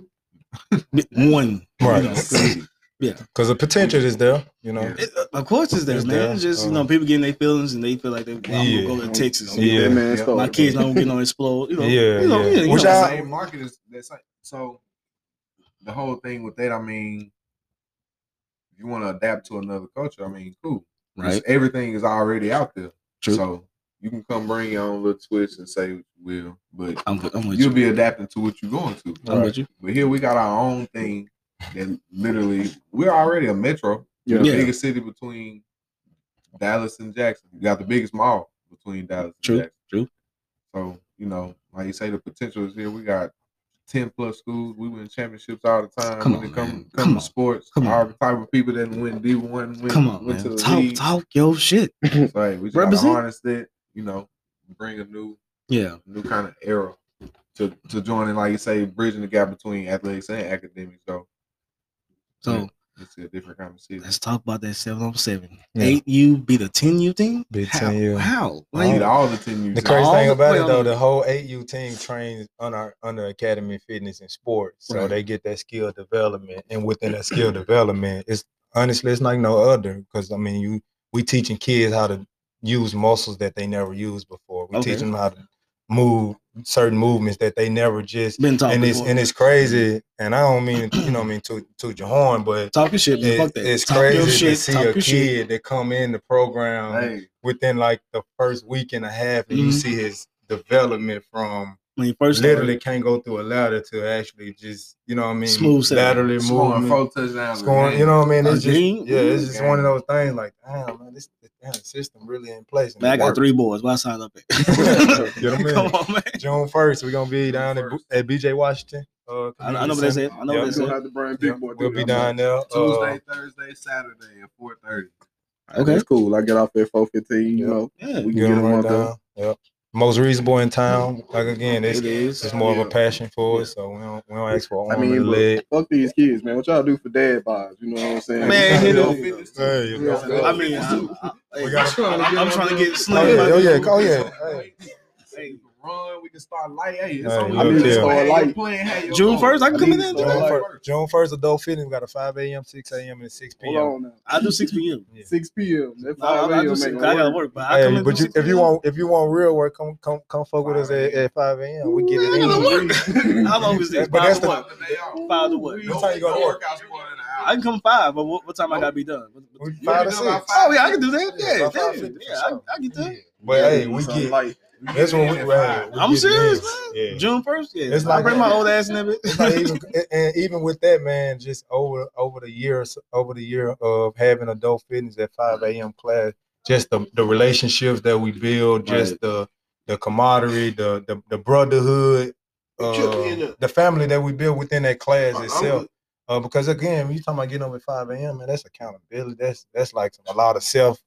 Speaker 4: One.
Speaker 6: Right.
Speaker 4: You know,
Speaker 5: City.
Speaker 6: Because the potential is there. You know.
Speaker 5: Yeah.
Speaker 4: it, uh, of course, it's there,
Speaker 6: It's
Speaker 4: man.
Speaker 6: there.
Speaker 4: It's just you
Speaker 6: Uh,
Speaker 4: know, people getting their feelings and they feel like they I'm
Speaker 6: Yeah.
Speaker 4: gonna go to Texas.
Speaker 3: Don't get
Speaker 6: Yeah.
Speaker 3: that man
Speaker 5: Yeah.
Speaker 3: started,
Speaker 4: My kids
Speaker 3: man.
Speaker 4: don't get no explode. You know.
Speaker 6: Yeah,
Speaker 4: You know.
Speaker 6: yeah.
Speaker 4: Yeah. you
Speaker 6: Which
Speaker 4: know.
Speaker 5: the
Speaker 6: I-
Speaker 5: same market is that same. So the whole thing with that, I mean, if you want to adapt to another culture, I mean, cool. Just Everything is already out there.
Speaker 4: True.
Speaker 5: So you can come bring your own little twist and say what you will, but
Speaker 4: I'm, with- I'm with
Speaker 5: you'll
Speaker 4: you.
Speaker 5: be adapting to what you're going to.
Speaker 4: I'm with you.
Speaker 5: But here we got our own thing that literally we're already a metro,
Speaker 3: Yeah.
Speaker 5: the
Speaker 4: Yeah.
Speaker 5: biggest city between Dallas and Jackson. We got the biggest mall between Dallas and
Speaker 4: True,
Speaker 5: Jackson.
Speaker 4: true.
Speaker 5: So, you know, like you say, the potential is here. We got 10 plus schools. We win championships all the time
Speaker 4: Come
Speaker 5: when
Speaker 4: on,
Speaker 5: it come,
Speaker 4: man.
Speaker 5: come,
Speaker 4: Come
Speaker 5: to
Speaker 4: on.
Speaker 5: sports.
Speaker 4: Come on.
Speaker 5: Our type of people that win D1, win,
Speaker 4: Come on,
Speaker 5: went to
Speaker 4: man.
Speaker 5: the
Speaker 4: Talk,
Speaker 5: league.
Speaker 4: talk your shit.
Speaker 5: It's like, we just got to
Speaker 4: Represent.
Speaker 5: harness that, you know, bring a new
Speaker 4: Yeah.
Speaker 5: new kind of era to, to join in, like you say, bridging the gap between athletics and academics, though.
Speaker 4: So.
Speaker 5: Yeah. It's a different kind of city.
Speaker 4: Let's talk about that seven on seven.
Speaker 6: Yeah.
Speaker 4: Eight U be the ten U thing.
Speaker 6: Be the
Speaker 4: how?
Speaker 6: 10U.
Speaker 4: How?
Speaker 5: I need
Speaker 4: Like,
Speaker 5: all the 10
Speaker 6: The
Speaker 5: years.
Speaker 6: crazy
Speaker 4: all
Speaker 6: thing
Speaker 4: the
Speaker 6: about it
Speaker 4: play-
Speaker 6: though, the whole AU team trains on our under Academy Fitness and Sports, so
Speaker 4: Right.
Speaker 6: they get that skill development, and within that skill development, it's honestly it's like no other because I mean you we teaching kids how to use muscles that they never used before. We
Speaker 4: Okay.
Speaker 6: teach them how to move certain movements that they never just
Speaker 4: been talking.
Speaker 6: and it's
Speaker 4: before.
Speaker 6: and it's crazy. And I don't mean you know what I mean to to your horn, but
Speaker 4: talking shit. Man.
Speaker 6: it-
Speaker 4: Fuck that.
Speaker 6: it's
Speaker 4: talk your
Speaker 6: crazy to
Speaker 4: shit.
Speaker 6: see
Speaker 4: talk
Speaker 6: a
Speaker 4: your
Speaker 6: kid
Speaker 4: shit.
Speaker 6: that come in the program
Speaker 5: Hey,
Speaker 6: within like the first week and a half, and you
Speaker 4: Mhm.
Speaker 6: see his development from
Speaker 4: When you first started,
Speaker 6: literally can't go through a ladder to actually just you know what I mean
Speaker 4: Smooth sailing.
Speaker 6: laterally
Speaker 5: scoring
Speaker 6: movement,
Speaker 5: four touchdowns. a
Speaker 6: scoring.
Speaker 5: game.
Speaker 6: You know what I mean?
Speaker 4: A
Speaker 6: It's just
Speaker 4: game?
Speaker 6: yeah, it's just one of
Speaker 5: Game.
Speaker 6: those things. Like damn, man, this, this damn system really in place. and
Speaker 4: man, I
Speaker 6: it
Speaker 4: got
Speaker 6: works.
Speaker 4: three boys. Why I sign up? At?
Speaker 6: Get 'em in.
Speaker 4: Come on, man.
Speaker 6: June first, we're gonna be
Speaker 5: June
Speaker 6: down at,
Speaker 5: 1st.
Speaker 6: B- at BJ Washington. Uh,
Speaker 4: I, I know what
Speaker 6: Community
Speaker 4: they
Speaker 6: Center.
Speaker 4: said. I know
Speaker 6: Yeah,
Speaker 4: what
Speaker 3: We
Speaker 4: they
Speaker 3: gonna
Speaker 4: said.
Speaker 3: have to bring big
Speaker 6: Yeah,
Speaker 3: boy.
Speaker 6: We'll
Speaker 3: through
Speaker 6: be
Speaker 3: there.
Speaker 6: down there. uh,
Speaker 5: Tuesday, Thursday, Saturday at four thirty.
Speaker 4: Okay.
Speaker 3: It's cool. I get off at four fifteen. You
Speaker 6: Yeah.
Speaker 3: know,
Speaker 4: Yeah.
Speaker 3: we can
Speaker 6: Get
Speaker 3: get
Speaker 6: 'em
Speaker 3: him
Speaker 6: right
Speaker 3: on
Speaker 6: down. Yep. Most reasonable in town. Like again, it's
Speaker 4: It is.
Speaker 6: it's more of
Speaker 5: Yeah.
Speaker 6: a passion for us, so we don't we don't ask for
Speaker 3: I
Speaker 6: arm
Speaker 3: mean,
Speaker 6: and
Speaker 3: look,
Speaker 6: leg.
Speaker 3: fuck these kids, man. What y'all do for dad vibes? You know what I'm saying?
Speaker 4: Man,
Speaker 3: You
Speaker 4: it
Speaker 3: know,
Speaker 4: is-
Speaker 6: Hey, you
Speaker 3: Yeah.
Speaker 6: know.
Speaker 4: I mean, I, I,
Speaker 6: We
Speaker 4: am
Speaker 6: gotta-
Speaker 4: trying to get, I'm trying to get slim.
Speaker 6: Oh, yeah,
Speaker 4: by
Speaker 6: oh, yeah,
Speaker 4: people.
Speaker 6: oh, yeah.
Speaker 5: Hey, we can run. We can start light. Hey, it's
Speaker 6: Hey,
Speaker 5: only
Speaker 6: I
Speaker 5: you
Speaker 6: mean,
Speaker 5: that's
Speaker 6: yeah.
Speaker 5: playing,
Speaker 3: Light.
Speaker 5: you playing, hey, yo,
Speaker 4: June
Speaker 5: go.
Speaker 4: first, I can come in there. and do
Speaker 3: June
Speaker 6: June,
Speaker 4: that.
Speaker 3: like-
Speaker 6: fir- June first, adult fitness. We got a five a.m., six a.m., and a six
Speaker 3: Hold
Speaker 6: p.m.
Speaker 3: on now.
Speaker 4: I do six p.m.
Speaker 6: Yeah.
Speaker 3: Six p.m. That
Speaker 4: I, I,
Speaker 3: five
Speaker 4: I, do
Speaker 3: a.m.
Speaker 4: six,
Speaker 3: ain't
Speaker 4: I
Speaker 3: gonna
Speaker 4: gotta
Speaker 3: work.
Speaker 4: work, but I come
Speaker 6: Hey,
Speaker 4: in.
Speaker 6: but
Speaker 4: do
Speaker 6: you,
Speaker 4: 6
Speaker 6: if you
Speaker 4: p.m.
Speaker 6: want if you want real work, come come come fuck with us at, at five a.m. We get it
Speaker 4: I gotta
Speaker 6: in.
Speaker 4: work. I'm always there.
Speaker 6: But that's
Speaker 4: Five to
Speaker 6: the-
Speaker 4: what? Five to what?
Speaker 5: We don't
Speaker 6: That's how you
Speaker 5: make
Speaker 6: gonna
Speaker 5: no
Speaker 6: work.
Speaker 5: workouts more than an
Speaker 4: I can come five, but what, what time I gotta be done? What- what-
Speaker 6: We
Speaker 5: You
Speaker 6: five
Speaker 5: already
Speaker 6: to
Speaker 5: know about
Speaker 6: six.
Speaker 5: five.
Speaker 4: Oh yeah, I can do that.
Speaker 6: Yeah,
Speaker 4: Yeah,
Speaker 6: about five
Speaker 4: yeah,
Speaker 6: fifty for
Speaker 4: yeah, I,
Speaker 6: sure.
Speaker 4: I get that.
Speaker 6: But hey, we
Speaker 5: So,
Speaker 6: get
Speaker 5: like
Speaker 6: that's when we,
Speaker 5: get
Speaker 6: right, we
Speaker 4: I'm
Speaker 6: get
Speaker 4: serious,
Speaker 6: next.
Speaker 4: man.
Speaker 6: Yeah.
Speaker 4: June first, yeah.
Speaker 6: It's
Speaker 4: I
Speaker 6: like-
Speaker 4: bring my old ass in it.
Speaker 6: It's like even, and- and even with that, man, just over over the years, over the year of having adult fitness at 5 a.m. class, just the, the relationships that we build, just
Speaker 4: Right.
Speaker 6: the the camaraderie, the the, the brotherhood,
Speaker 7: It took me
Speaker 6: uh,
Speaker 7: in the-
Speaker 6: the family that we build within that class
Speaker 7: I'm-
Speaker 6: itself. Uh, because again, when you talking about getting up at 5 a.m., man, that's accountability. That's that's like some, a lot of self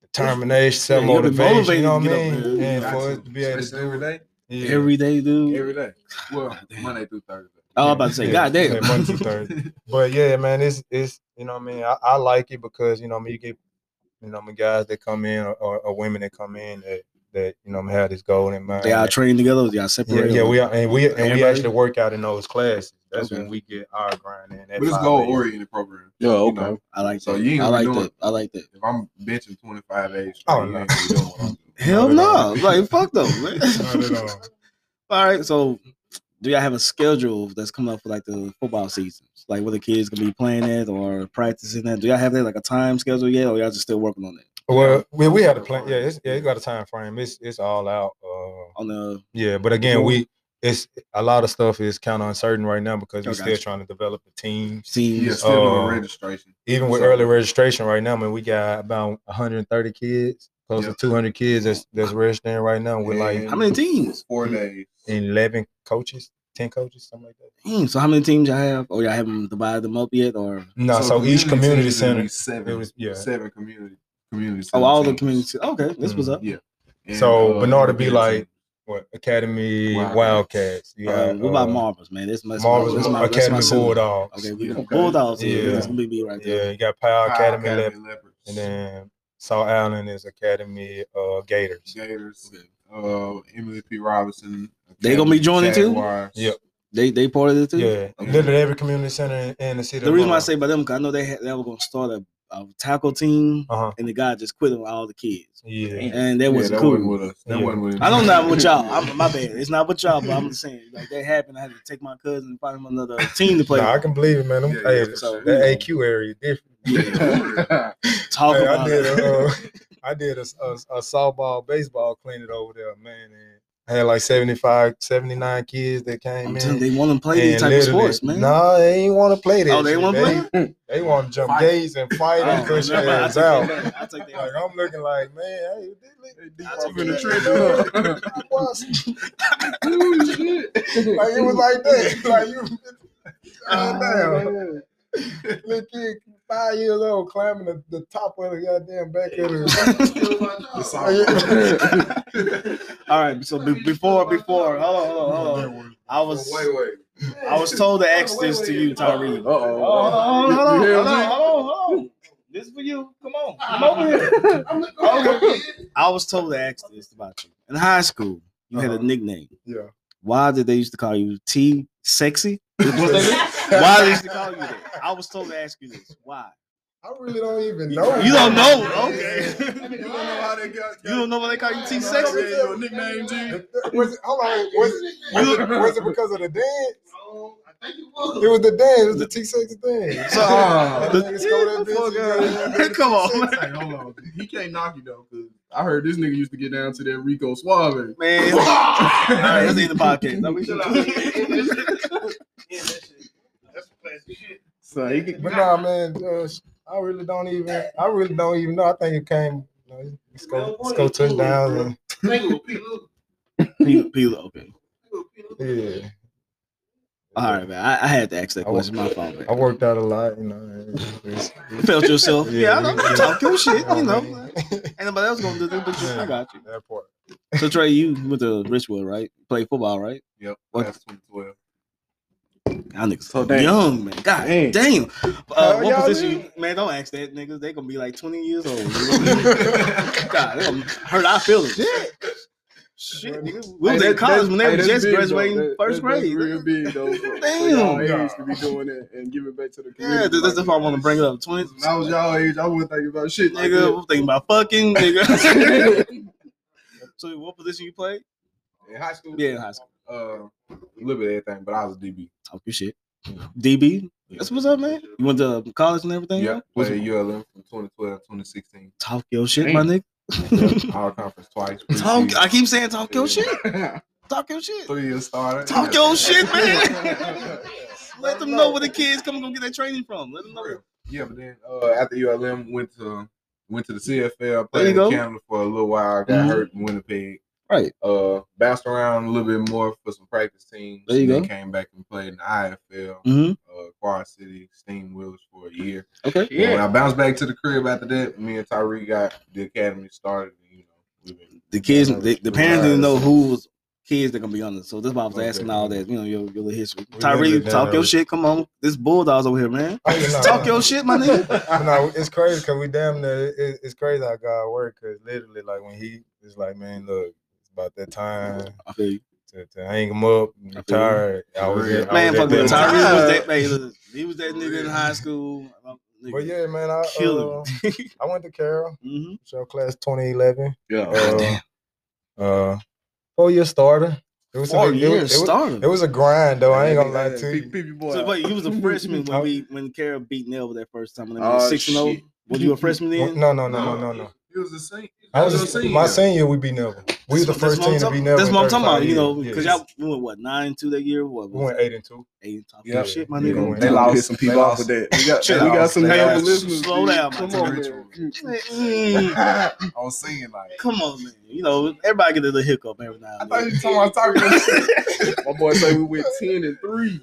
Speaker 6: determination,
Speaker 4: Yeah,
Speaker 6: self
Speaker 4: you gotta be
Speaker 6: motivation. You know what I
Speaker 4: motivated to get up,
Speaker 6: mean?
Speaker 4: man.
Speaker 6: And for us to be able to
Speaker 5: Especially every
Speaker 6: do it,
Speaker 5: day,
Speaker 6: yeah.
Speaker 4: Every day, dude.
Speaker 5: every day. Well, Monday through Thursday.
Speaker 4: I was about to say, God damn.
Speaker 6: Yeah, Monday through Thursday. But yeah, man, it's it's you know what I mean. I, I like it because you know I mean you get you know I mean, guys that come in or, or, or women that come in that that you know I mean, have this goal in mind.
Speaker 4: They all train together. They all
Speaker 6: yeah,
Speaker 4: separate.
Speaker 6: yeah, we are, and we and we
Speaker 4: Everybody?
Speaker 6: actually work out in those classes. That's
Speaker 4: Okay.
Speaker 6: when we get our grind in. at
Speaker 5: But it's
Speaker 6: 5
Speaker 5: goal
Speaker 6: a.m.
Speaker 5: oriented program.
Speaker 3: Yeah, okay.
Speaker 5: know.
Speaker 4: I like
Speaker 5: So
Speaker 4: that.
Speaker 5: you ain't
Speaker 4: I
Speaker 5: gonna
Speaker 4: like
Speaker 5: be doing
Speaker 4: that. I like that.
Speaker 5: If I'm benching 25 A's,
Speaker 6: Oh,
Speaker 5: you
Speaker 6: no.
Speaker 5: ain't gonna be doing what I'm doing.
Speaker 4: Hell no.
Speaker 6: Not at all.
Speaker 4: Like fuck though, man.
Speaker 6: Not at all.
Speaker 4: All right, so do y'all have a schedule that's coming up for like the football seasons? Like where the kids gonna be playing it or practicing that? Do y'all have that like a time schedule yet, or y'all just still working on it
Speaker 6: Well, we, we had a plan. Yeah, it's, yeah, it got a time frame. It's it's all out. Uh,
Speaker 4: on the
Speaker 6: Yeah, but again,
Speaker 4: Mhm.
Speaker 6: we it's a lot of stuff is kind of uncertain right now because
Speaker 4: I
Speaker 6: we're
Speaker 4: got
Speaker 6: still
Speaker 4: you.
Speaker 6: trying to develop the teams.
Speaker 5: Yeah,
Speaker 4: scenes?
Speaker 5: still doing
Speaker 6: Uh,
Speaker 5: registration.
Speaker 6: Even with
Speaker 5: So-
Speaker 6: early registration right now, I mean, we got about 130 kids, close
Speaker 5: Yep.
Speaker 6: to 200 kids that's that's registering right now. We're like
Speaker 5: And
Speaker 4: How many teams?
Speaker 5: Four days.
Speaker 6: 11 coaches, 10 coaches, something like that.
Speaker 4: Damn, so how many teams y'all have? Or y'all haven't divided them up yet? Or oh,
Speaker 6: No, so, each community
Speaker 5: teams, it'll
Speaker 6: center,
Speaker 5: be
Speaker 6: it
Speaker 5: seven,
Speaker 6: was yeah.
Speaker 5: seven community community.
Speaker 4: oh, all the
Speaker 5: teams.
Speaker 4: community. Okay, this
Speaker 6: Mm-hmm.
Speaker 4: was up.
Speaker 5: Yeah. And, uh,
Speaker 6: So, Bernard would be
Speaker 5: yeah,
Speaker 6: like- What Academy
Speaker 5: Wildcats.
Speaker 6: Wildcats? You
Speaker 4: Uh,
Speaker 6: got,
Speaker 4: what about
Speaker 6: uh,
Speaker 4: Marvels, man? This must
Speaker 6: Marvel's
Speaker 4: that's my, that's my
Speaker 6: Academy
Speaker 4: city.
Speaker 6: Bulldogs?
Speaker 4: Okay, we
Speaker 5: Yeah.
Speaker 4: got Bulldogs. Yeah,
Speaker 6: Yeah.
Speaker 4: that's gonna be me right there.
Speaker 6: Yeah, you got Power
Speaker 5: Kyle
Speaker 6: Academy, Academy
Speaker 5: Leopards.
Speaker 6: And then South Island is Academy uh, Gators.
Speaker 5: Gators. Uh, Emily P. Robinson.
Speaker 4: They gonna be joining too?
Speaker 5: Jaguars.
Speaker 6: Yep.
Speaker 4: They they part of it too.
Speaker 6: Yeah,
Speaker 5: Okay.
Speaker 6: literally every community center in, in the city.
Speaker 4: The reason why I say by them, cause I know they had, they were gonna start a, a tackle team,
Speaker 6: uh huh,
Speaker 4: and the guy just quit on all the kids,
Speaker 6: yeah,
Speaker 4: and that
Speaker 5: Yeah,
Speaker 4: was
Speaker 5: that wasn't
Speaker 4: cool.
Speaker 5: with us. That
Speaker 6: Yeah.
Speaker 5: wasn't with
Speaker 4: I don't know what y'all. I'm, my bad. It's not what y'all, but I'm just saying like that happened. I had to take my cousin and find him another team to play.
Speaker 6: nah, I can believe it, man. Them,
Speaker 5: Yeah,
Speaker 6: hey,
Speaker 5: yeah,
Speaker 4: so-
Speaker 6: that AQ area different.
Speaker 4: Talk
Speaker 6: Hey, I
Speaker 4: about
Speaker 6: did
Speaker 4: it.
Speaker 6: a, uh, I did a, a, a softball, baseball clinic over there, man. And I had like 75, 79 kids that came
Speaker 4: I'm
Speaker 6: in.
Speaker 4: telling you, they want to play these
Speaker 6: and
Speaker 4: type of
Speaker 6: literally-
Speaker 4: sports, man.
Speaker 6: Nah, they ain't want to play that.
Speaker 4: oh, they
Speaker 6: shit.
Speaker 4: want to play. it?
Speaker 6: They want to jump
Speaker 5: Fight.
Speaker 6: gates and fight
Speaker 4: Oh,
Speaker 6: and push
Speaker 4: never
Speaker 6: their
Speaker 4: mind. I
Speaker 6: ass
Speaker 4: take that
Speaker 6: out.
Speaker 4: back. I take that
Speaker 6: Like
Speaker 4: back.
Speaker 6: I'm looking like, man, hey,
Speaker 4: I took
Speaker 5: in the
Speaker 4: that back.
Speaker 5: trenches.
Speaker 6: was,
Speaker 5: Ooh, shit.
Speaker 6: like it was like that. Like you,
Speaker 5: Oh,
Speaker 6: damn.
Speaker 5: man.
Speaker 6: Little kid, five years old, climbing the, the top of the goddamn back of the.
Speaker 5: The
Speaker 7: That's
Speaker 5: sophomore.
Speaker 4: All right, so be- before before, hold on, hold on, hold on. I was
Speaker 5: Wait, wait.
Speaker 4: I was told to ask this to you, Tyree.
Speaker 3: Uh-oh.
Speaker 4: Oh, hold on, hold on,
Speaker 3: You- you hear
Speaker 4: hold on,
Speaker 3: me?
Speaker 4: hold on, hold on. This for you. Come on, come over here. I was told to ask this about you. In high school, you had a
Speaker 6: Uh-huh.
Speaker 4: nickname.
Speaker 6: Yeah.
Speaker 4: Why did they used to call you T Sexy? Why they used to call you that? I was told to ask you this. Why?
Speaker 6: I really don't even know.
Speaker 4: You don't know? Okay.
Speaker 5: You don't know how they got.
Speaker 4: You don't know why they call you T
Speaker 5: How they
Speaker 4: Sexy?
Speaker 5: gave you a nickname, G.
Speaker 6: Was it, hold on. Was, was, it, was it because of the dance? Oh, It was the dance. It was the T six dance.
Speaker 4: So, Oh. uh,
Speaker 5: Ah.
Speaker 6: That nigga stole that bitch, you know?
Speaker 4: Come on,
Speaker 5: Hey, hold on. He can't knock you though, cause
Speaker 3: I heard this nigga used to get down to that Rico Suave.
Speaker 4: man. All right, that's the end of the podcast. No, we should-
Speaker 3: So he could,
Speaker 6: But nah, man, uh, I really don't even. I really don't even know. I think it came. You know, let's go, let's go touchdowns
Speaker 4: Peel- peel it, Okay.
Speaker 6: and yeah.
Speaker 4: All right, man. I, I had to ask that
Speaker 6: I
Speaker 4: question. My fault, man.
Speaker 6: I worked out a lot, you know. it's-
Speaker 4: You felt yourself. Yeah,
Speaker 6: Yeah,
Speaker 4: I know.
Speaker 6: yeah.
Speaker 4: Talking shit, you know.
Speaker 6: man.
Speaker 4: Ain't nobody else gonna do that, but you, I got you.
Speaker 6: that part.
Speaker 4: So Trey, you went to Richwood, right? Played football, right?
Speaker 5: yep,
Speaker 4: What?
Speaker 5: that's 2012.
Speaker 4: Y'all niggas
Speaker 3: So damn.
Speaker 4: young, man. God damn.
Speaker 3: Damn.
Speaker 4: Uh,
Speaker 6: Hell
Speaker 4: what
Speaker 6: y'all
Speaker 4: position? you- Man, don't ask that, niggas. They gonna be like twenty years old. God, they gonna hurt our feelings. Shit. Shit, niggas. We was in college when they were just graduating first grade.
Speaker 3: real big though. For, for
Speaker 4: Damn.
Speaker 3: y'all age to be doing that and giving back to the community.
Speaker 4: yeah, that's, that's
Speaker 3: like
Speaker 4: if I want to bring it up. Twins,
Speaker 3: When I was y'all age, I wouldn't think about shit. Like
Speaker 4: nigga.
Speaker 3: that.
Speaker 4: I'm thinking about fucking, nigga. so, what position you play?
Speaker 5: In high school?
Speaker 4: Yeah, in high school.
Speaker 5: Uh, a little bit of everything, but I was a DB.
Speaker 4: Talk your shit. DB. That's what's up, man. You went to college and everything.
Speaker 5: Yeah,
Speaker 4: man? What's
Speaker 5: played ULM from 2012 2016.
Speaker 4: Talk your shit, my nigga.
Speaker 5: Yeah, All conference twice.
Speaker 4: Talk.
Speaker 5: preseason.
Speaker 4: I keep saying talk your shit.
Speaker 5: Yeah.
Speaker 4: Talk your shit.
Speaker 5: Three year starter.
Speaker 4: Talk your shit, man. Let them know where the
Speaker 5: kids.
Speaker 4: kids come and go get that training from. Let them know.
Speaker 5: Yeah, but then uh, after ULM went to went to the CFL,
Speaker 4: There you
Speaker 5: played in
Speaker 4: go.
Speaker 5: Canada for a little while, got
Speaker 4: Mhm.
Speaker 5: hurt in Winnipeg.
Speaker 4: Right.
Speaker 5: Uh, bounced around a little bit more for some practice teams.
Speaker 4: There you
Speaker 5: and then
Speaker 4: go.
Speaker 5: Came back and played in the IFL,
Speaker 4: Mm-hmm.
Speaker 5: uh, Quad City Steam Wheels for a year.
Speaker 4: Okay.
Speaker 5: And When I bounced back to the crib after that, me and Tyree got the academy started. And, you know, we've been
Speaker 4: The kids, the, the parents
Speaker 5: Right.
Speaker 4: didn't know whose kids they're gonna be under. So that's why I was
Speaker 5: Okay.
Speaker 4: asking all that. You know, your, your little history.
Speaker 6: We
Speaker 4: Tyree,
Speaker 6: lived it
Speaker 4: talk
Speaker 6: down
Speaker 4: your
Speaker 6: there.
Speaker 4: shit. Come on, this bulldogs over here, man. Talk your shit, my nigga.
Speaker 6: no, it's crazy because we damn near it, it's crazy how God works. Because literally, like when He is like, man, look, it's about that time
Speaker 4: I feel you.
Speaker 6: to, to hang him up. I'm tired. I was, at, I
Speaker 4: Man,
Speaker 6: was
Speaker 4: fuck
Speaker 6: at
Speaker 4: that.
Speaker 6: that
Speaker 4: Tyree
Speaker 6: time.
Speaker 4: was that. Hey, look, he was that nigga in high school. Um, nigga,
Speaker 6: But yeah, man, I uh,
Speaker 4: killing.
Speaker 6: I went to Carroll,
Speaker 4: hmm
Speaker 6: show class 2011.
Speaker 4: Oh,
Speaker 3: Yeah.
Speaker 6: Uh, uh, four year starter. It was
Speaker 4: Four
Speaker 6: a, it
Speaker 4: years
Speaker 6: was, it, was,
Speaker 4: starter.
Speaker 6: it was a grind though. I ain't gonna lie to
Speaker 3: Pee-
Speaker 6: you.
Speaker 3: pee- pee boy.
Speaker 4: So wait, you was a freshman when
Speaker 6: I-
Speaker 4: we when Carol beat Nell that first time. And
Speaker 3: Oh,
Speaker 4: was six and
Speaker 3: shit.
Speaker 4: zero. Was you a freshman
Speaker 6: No,
Speaker 4: then?
Speaker 6: no, no, no, no, no.
Speaker 5: He was the same.
Speaker 6: I was
Speaker 5: a
Speaker 6: just, my senior. We beat Neville. We was the
Speaker 4: That's what-
Speaker 6: first team
Speaker 4: that's
Speaker 6: to
Speaker 4: what I'm talking-
Speaker 6: beat Neville.
Speaker 4: That's
Speaker 6: in
Speaker 4: what I'm talking about. You
Speaker 6: 35
Speaker 4: know,
Speaker 6: years.
Speaker 4: because
Speaker 6: Yes.
Speaker 4: y'all we went what nine two that year. What
Speaker 6: we
Speaker 4: was
Speaker 6: went eight and two.
Speaker 4: eight talking
Speaker 5: Yeah.
Speaker 4: shit, my
Speaker 5: Yeah.
Speaker 3: We
Speaker 4: nigga.
Speaker 3: gonna-
Speaker 5: They
Speaker 3: They
Speaker 5: lost.
Speaker 3: lost some people
Speaker 5: They
Speaker 3: off with that. We got,
Speaker 5: Shit,
Speaker 3: we got
Speaker 5: lost.
Speaker 3: some
Speaker 5: They
Speaker 3: Hammer
Speaker 5: lost.
Speaker 3: listeners.
Speaker 4: Slow down,
Speaker 3: Come
Speaker 4: man.
Speaker 3: on,
Speaker 5: Ritual.
Speaker 3: man.
Speaker 4: Man, mm,
Speaker 5: I was singing like.
Speaker 4: come on, man. You know, everybody get a little hiccup every now
Speaker 5: I
Speaker 4: and
Speaker 5: thought
Speaker 4: then.
Speaker 5: you were talking about talking shit.
Speaker 3: My boy say we went ten and three.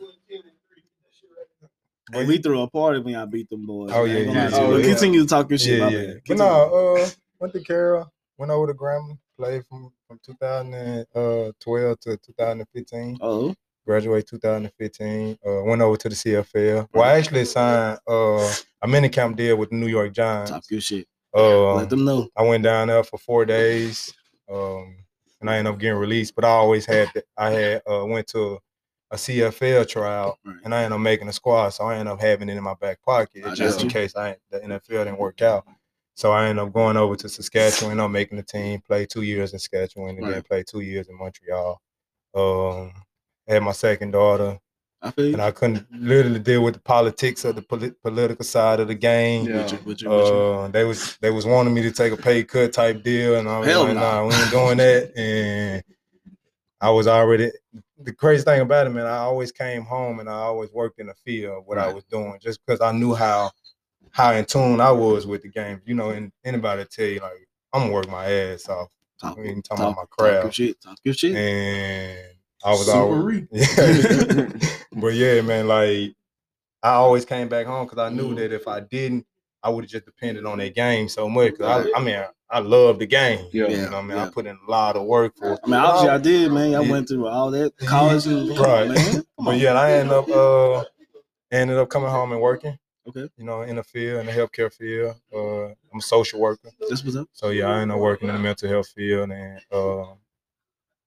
Speaker 4: But we threw a party when I beat them boys.
Speaker 6: Oh,
Speaker 4: man.
Speaker 6: yeah,
Speaker 4: Ain't gonna
Speaker 6: yeah,
Speaker 4: lie
Speaker 3: yeah.
Speaker 4: to
Speaker 3: Oh,
Speaker 4: you. But
Speaker 3: yeah.
Speaker 4: Continue to talk your shit,
Speaker 6: Yeah,
Speaker 4: my
Speaker 6: yeah.
Speaker 4: man.
Speaker 6: But
Speaker 4: Continue.
Speaker 6: no, uh, went to Carroll. Went over to Grambling. Played from from 2012 to 2015.
Speaker 4: Oh,
Speaker 6: graduated 2015. Uh, went over to the CFL. Well, I actually signed uh, a minicamp deal with the New York Giants.
Speaker 4: talk your shit.
Speaker 6: Uh,
Speaker 4: Let them know.
Speaker 6: I went down there for four days, um, and I ended up getting released. But I always had the, I had uh, went to a CFL trial,
Speaker 4: Right.
Speaker 6: and I ended up making a squad, so I ended up having it in my back pocket
Speaker 4: I
Speaker 6: just
Speaker 4: got
Speaker 6: in
Speaker 4: you.
Speaker 6: case I the NFL didn't work out. So I ended up going over to Saskatchewan. I'm making the team, play two years in Saskatchewan, and then
Speaker 4: Right.
Speaker 6: play two years in Montreal. Um, had my second daughter,
Speaker 4: I feel you.
Speaker 6: and I couldn't literally deal with the politics of the polit- political side of the game.
Speaker 3: Yeah.
Speaker 4: With you, with you, with you.
Speaker 6: Uh, they was they was wanting me to take a pay cut type deal, and I was
Speaker 4: Hell
Speaker 6: like,
Speaker 4: no.
Speaker 6: "Nah, we ain't doing that." And I was already the crazy thing about it, man. I always came home and I always worked in the field of what I
Speaker 4: Right.
Speaker 6: was doing, just because I knew how how in tune I was with the game. You know, and anybody tell you like, "I'm gonna work my ass off,"
Speaker 4: Talk,
Speaker 6: I mean, talking about
Speaker 4: talk,
Speaker 6: my
Speaker 4: talk your
Speaker 6: craft.
Speaker 4: shit. Talk your shit.
Speaker 6: and I was
Speaker 5: Super
Speaker 6: always
Speaker 5: Reed.
Speaker 6: yeah. but yeah, man, like I always came back home because I knew
Speaker 4: Mhm.
Speaker 6: that if I didn't, I would have just depended on that game so much. 'cause I, I mean, I love the game.
Speaker 3: Yeah.
Speaker 6: You know, what I mean, I
Speaker 4: Yeah.
Speaker 6: put in a lot of work for. it.
Speaker 4: I mean, obviously, I did, man. I
Speaker 6: Yeah.
Speaker 4: went through all that college and come on,
Speaker 6: Right.
Speaker 4: man. Come
Speaker 6: But
Speaker 4: on.
Speaker 6: yeah, I ended up uh ended up coming home and working.
Speaker 4: Okay.
Speaker 6: You know, in the field, in the healthcare field. Uh, I'm a social worker.
Speaker 4: That's what's up.
Speaker 6: So yeah, I ended up working in the mental health field, and uh,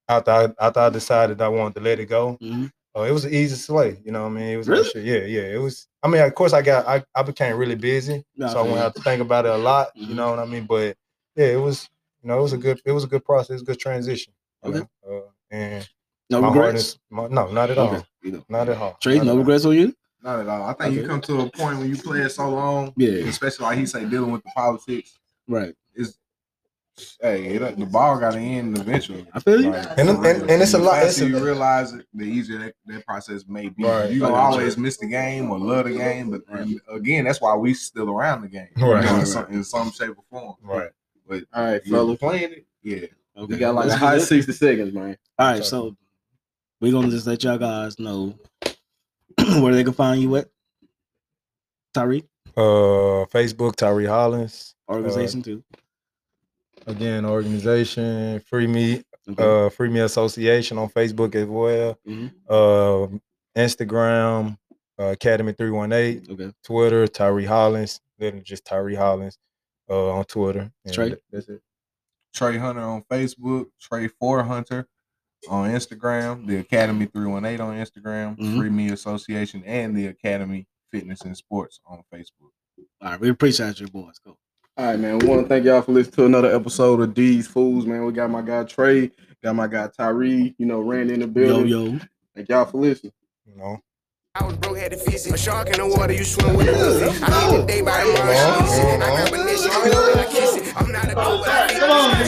Speaker 6: after I, after I decided I wanted to let it go,
Speaker 4: Mhm.
Speaker 6: uh, it was the easiest way. You know, what I mean, it was
Speaker 4: Really?
Speaker 6: actually- yeah, yeah. It was. I mean, of course, I got I, I became really busy,
Speaker 4: Nah,
Speaker 6: so I won't
Speaker 4: man.
Speaker 6: have to think about it a lot.
Speaker 4: Mhm.
Speaker 6: You know what I mean? But yeah, it was. You know, it was a good. It was a good process. It was a good transition. you
Speaker 4: Okay.
Speaker 6: know, Uh, and
Speaker 4: No
Speaker 6: my heart
Speaker 4: regrets.
Speaker 6: is my, no, not at all.
Speaker 4: Okay. You know.
Speaker 6: Not at all.
Speaker 4: Trey,
Speaker 6: Not
Speaker 4: no
Speaker 6: at all.
Speaker 4: regrets on you?
Speaker 5: Not at all. I think you come to a point when you play it so long,
Speaker 4: Yeah.
Speaker 5: especially like he say dealing with the politics.
Speaker 4: Right.
Speaker 5: Is hey, it, the ball got to end eventually.
Speaker 4: I feel you.
Speaker 5: Like,
Speaker 6: And-
Speaker 5: for real.
Speaker 6: and- and it's a
Speaker 5: The
Speaker 6: lot-
Speaker 5: faster
Speaker 6: it's a-
Speaker 5: you realize it, the easier that, that process may be.
Speaker 6: Right.
Speaker 5: You gonna
Speaker 4: I got you.
Speaker 5: always miss the game or love the game, but and again, that's why we still around the game, You
Speaker 6: Right.
Speaker 5: know, in,
Speaker 6: Right,
Speaker 5: some, in some shape or form.
Speaker 6: Right.
Speaker 5: But
Speaker 3: All right,
Speaker 5: you
Speaker 3: fellas.
Speaker 5: playing it, yeah.
Speaker 4: Okay.
Speaker 3: We got like a
Speaker 4: That's
Speaker 3: high
Speaker 4: what's up.
Speaker 3: sixty seconds, man.
Speaker 4: All right, so we're gonna just let y'all guys know where they can find you at. Tyreek
Speaker 6: Uh, Facebook, Tyree Hollins.
Speaker 4: organization too.
Speaker 6: Again, organization, free me,
Speaker 4: Okay.
Speaker 6: uh, free me association on Facebook as well.
Speaker 4: Mhm.
Speaker 6: Um Instagram, uh, Academy three one eight.
Speaker 4: okay.
Speaker 6: Twitter, Tyree Hollins, literally just Tyree Hollins uh, on Twitter. and
Speaker 4: Trey?
Speaker 6: tha- That's it.
Speaker 5: Trey Hunter on Facebook, Trey Four Hunter on Instagram, the Academy 318 on Instagram,
Speaker 4: Mhm.
Speaker 5: Free Me Association, and the Academy Fitness and Sports on Facebook.
Speaker 4: All right, we appreciate you boys. Cool.
Speaker 3: All right, man. We want to thank y'all for listening to another episode of These Fools, man. We got my guy Trey, got my guy Tyree. You know, ran in the
Speaker 4: Yo
Speaker 3: building.
Speaker 4: yo.
Speaker 3: Thank y'all for listening.
Speaker 6: You know?
Speaker 2: I was broke, had to visit. A shark in the water, you swim with a pussy. I need a day by tomorrow, she easy. I grab a nigga, I kiss it. I'm not a dope, but I think it's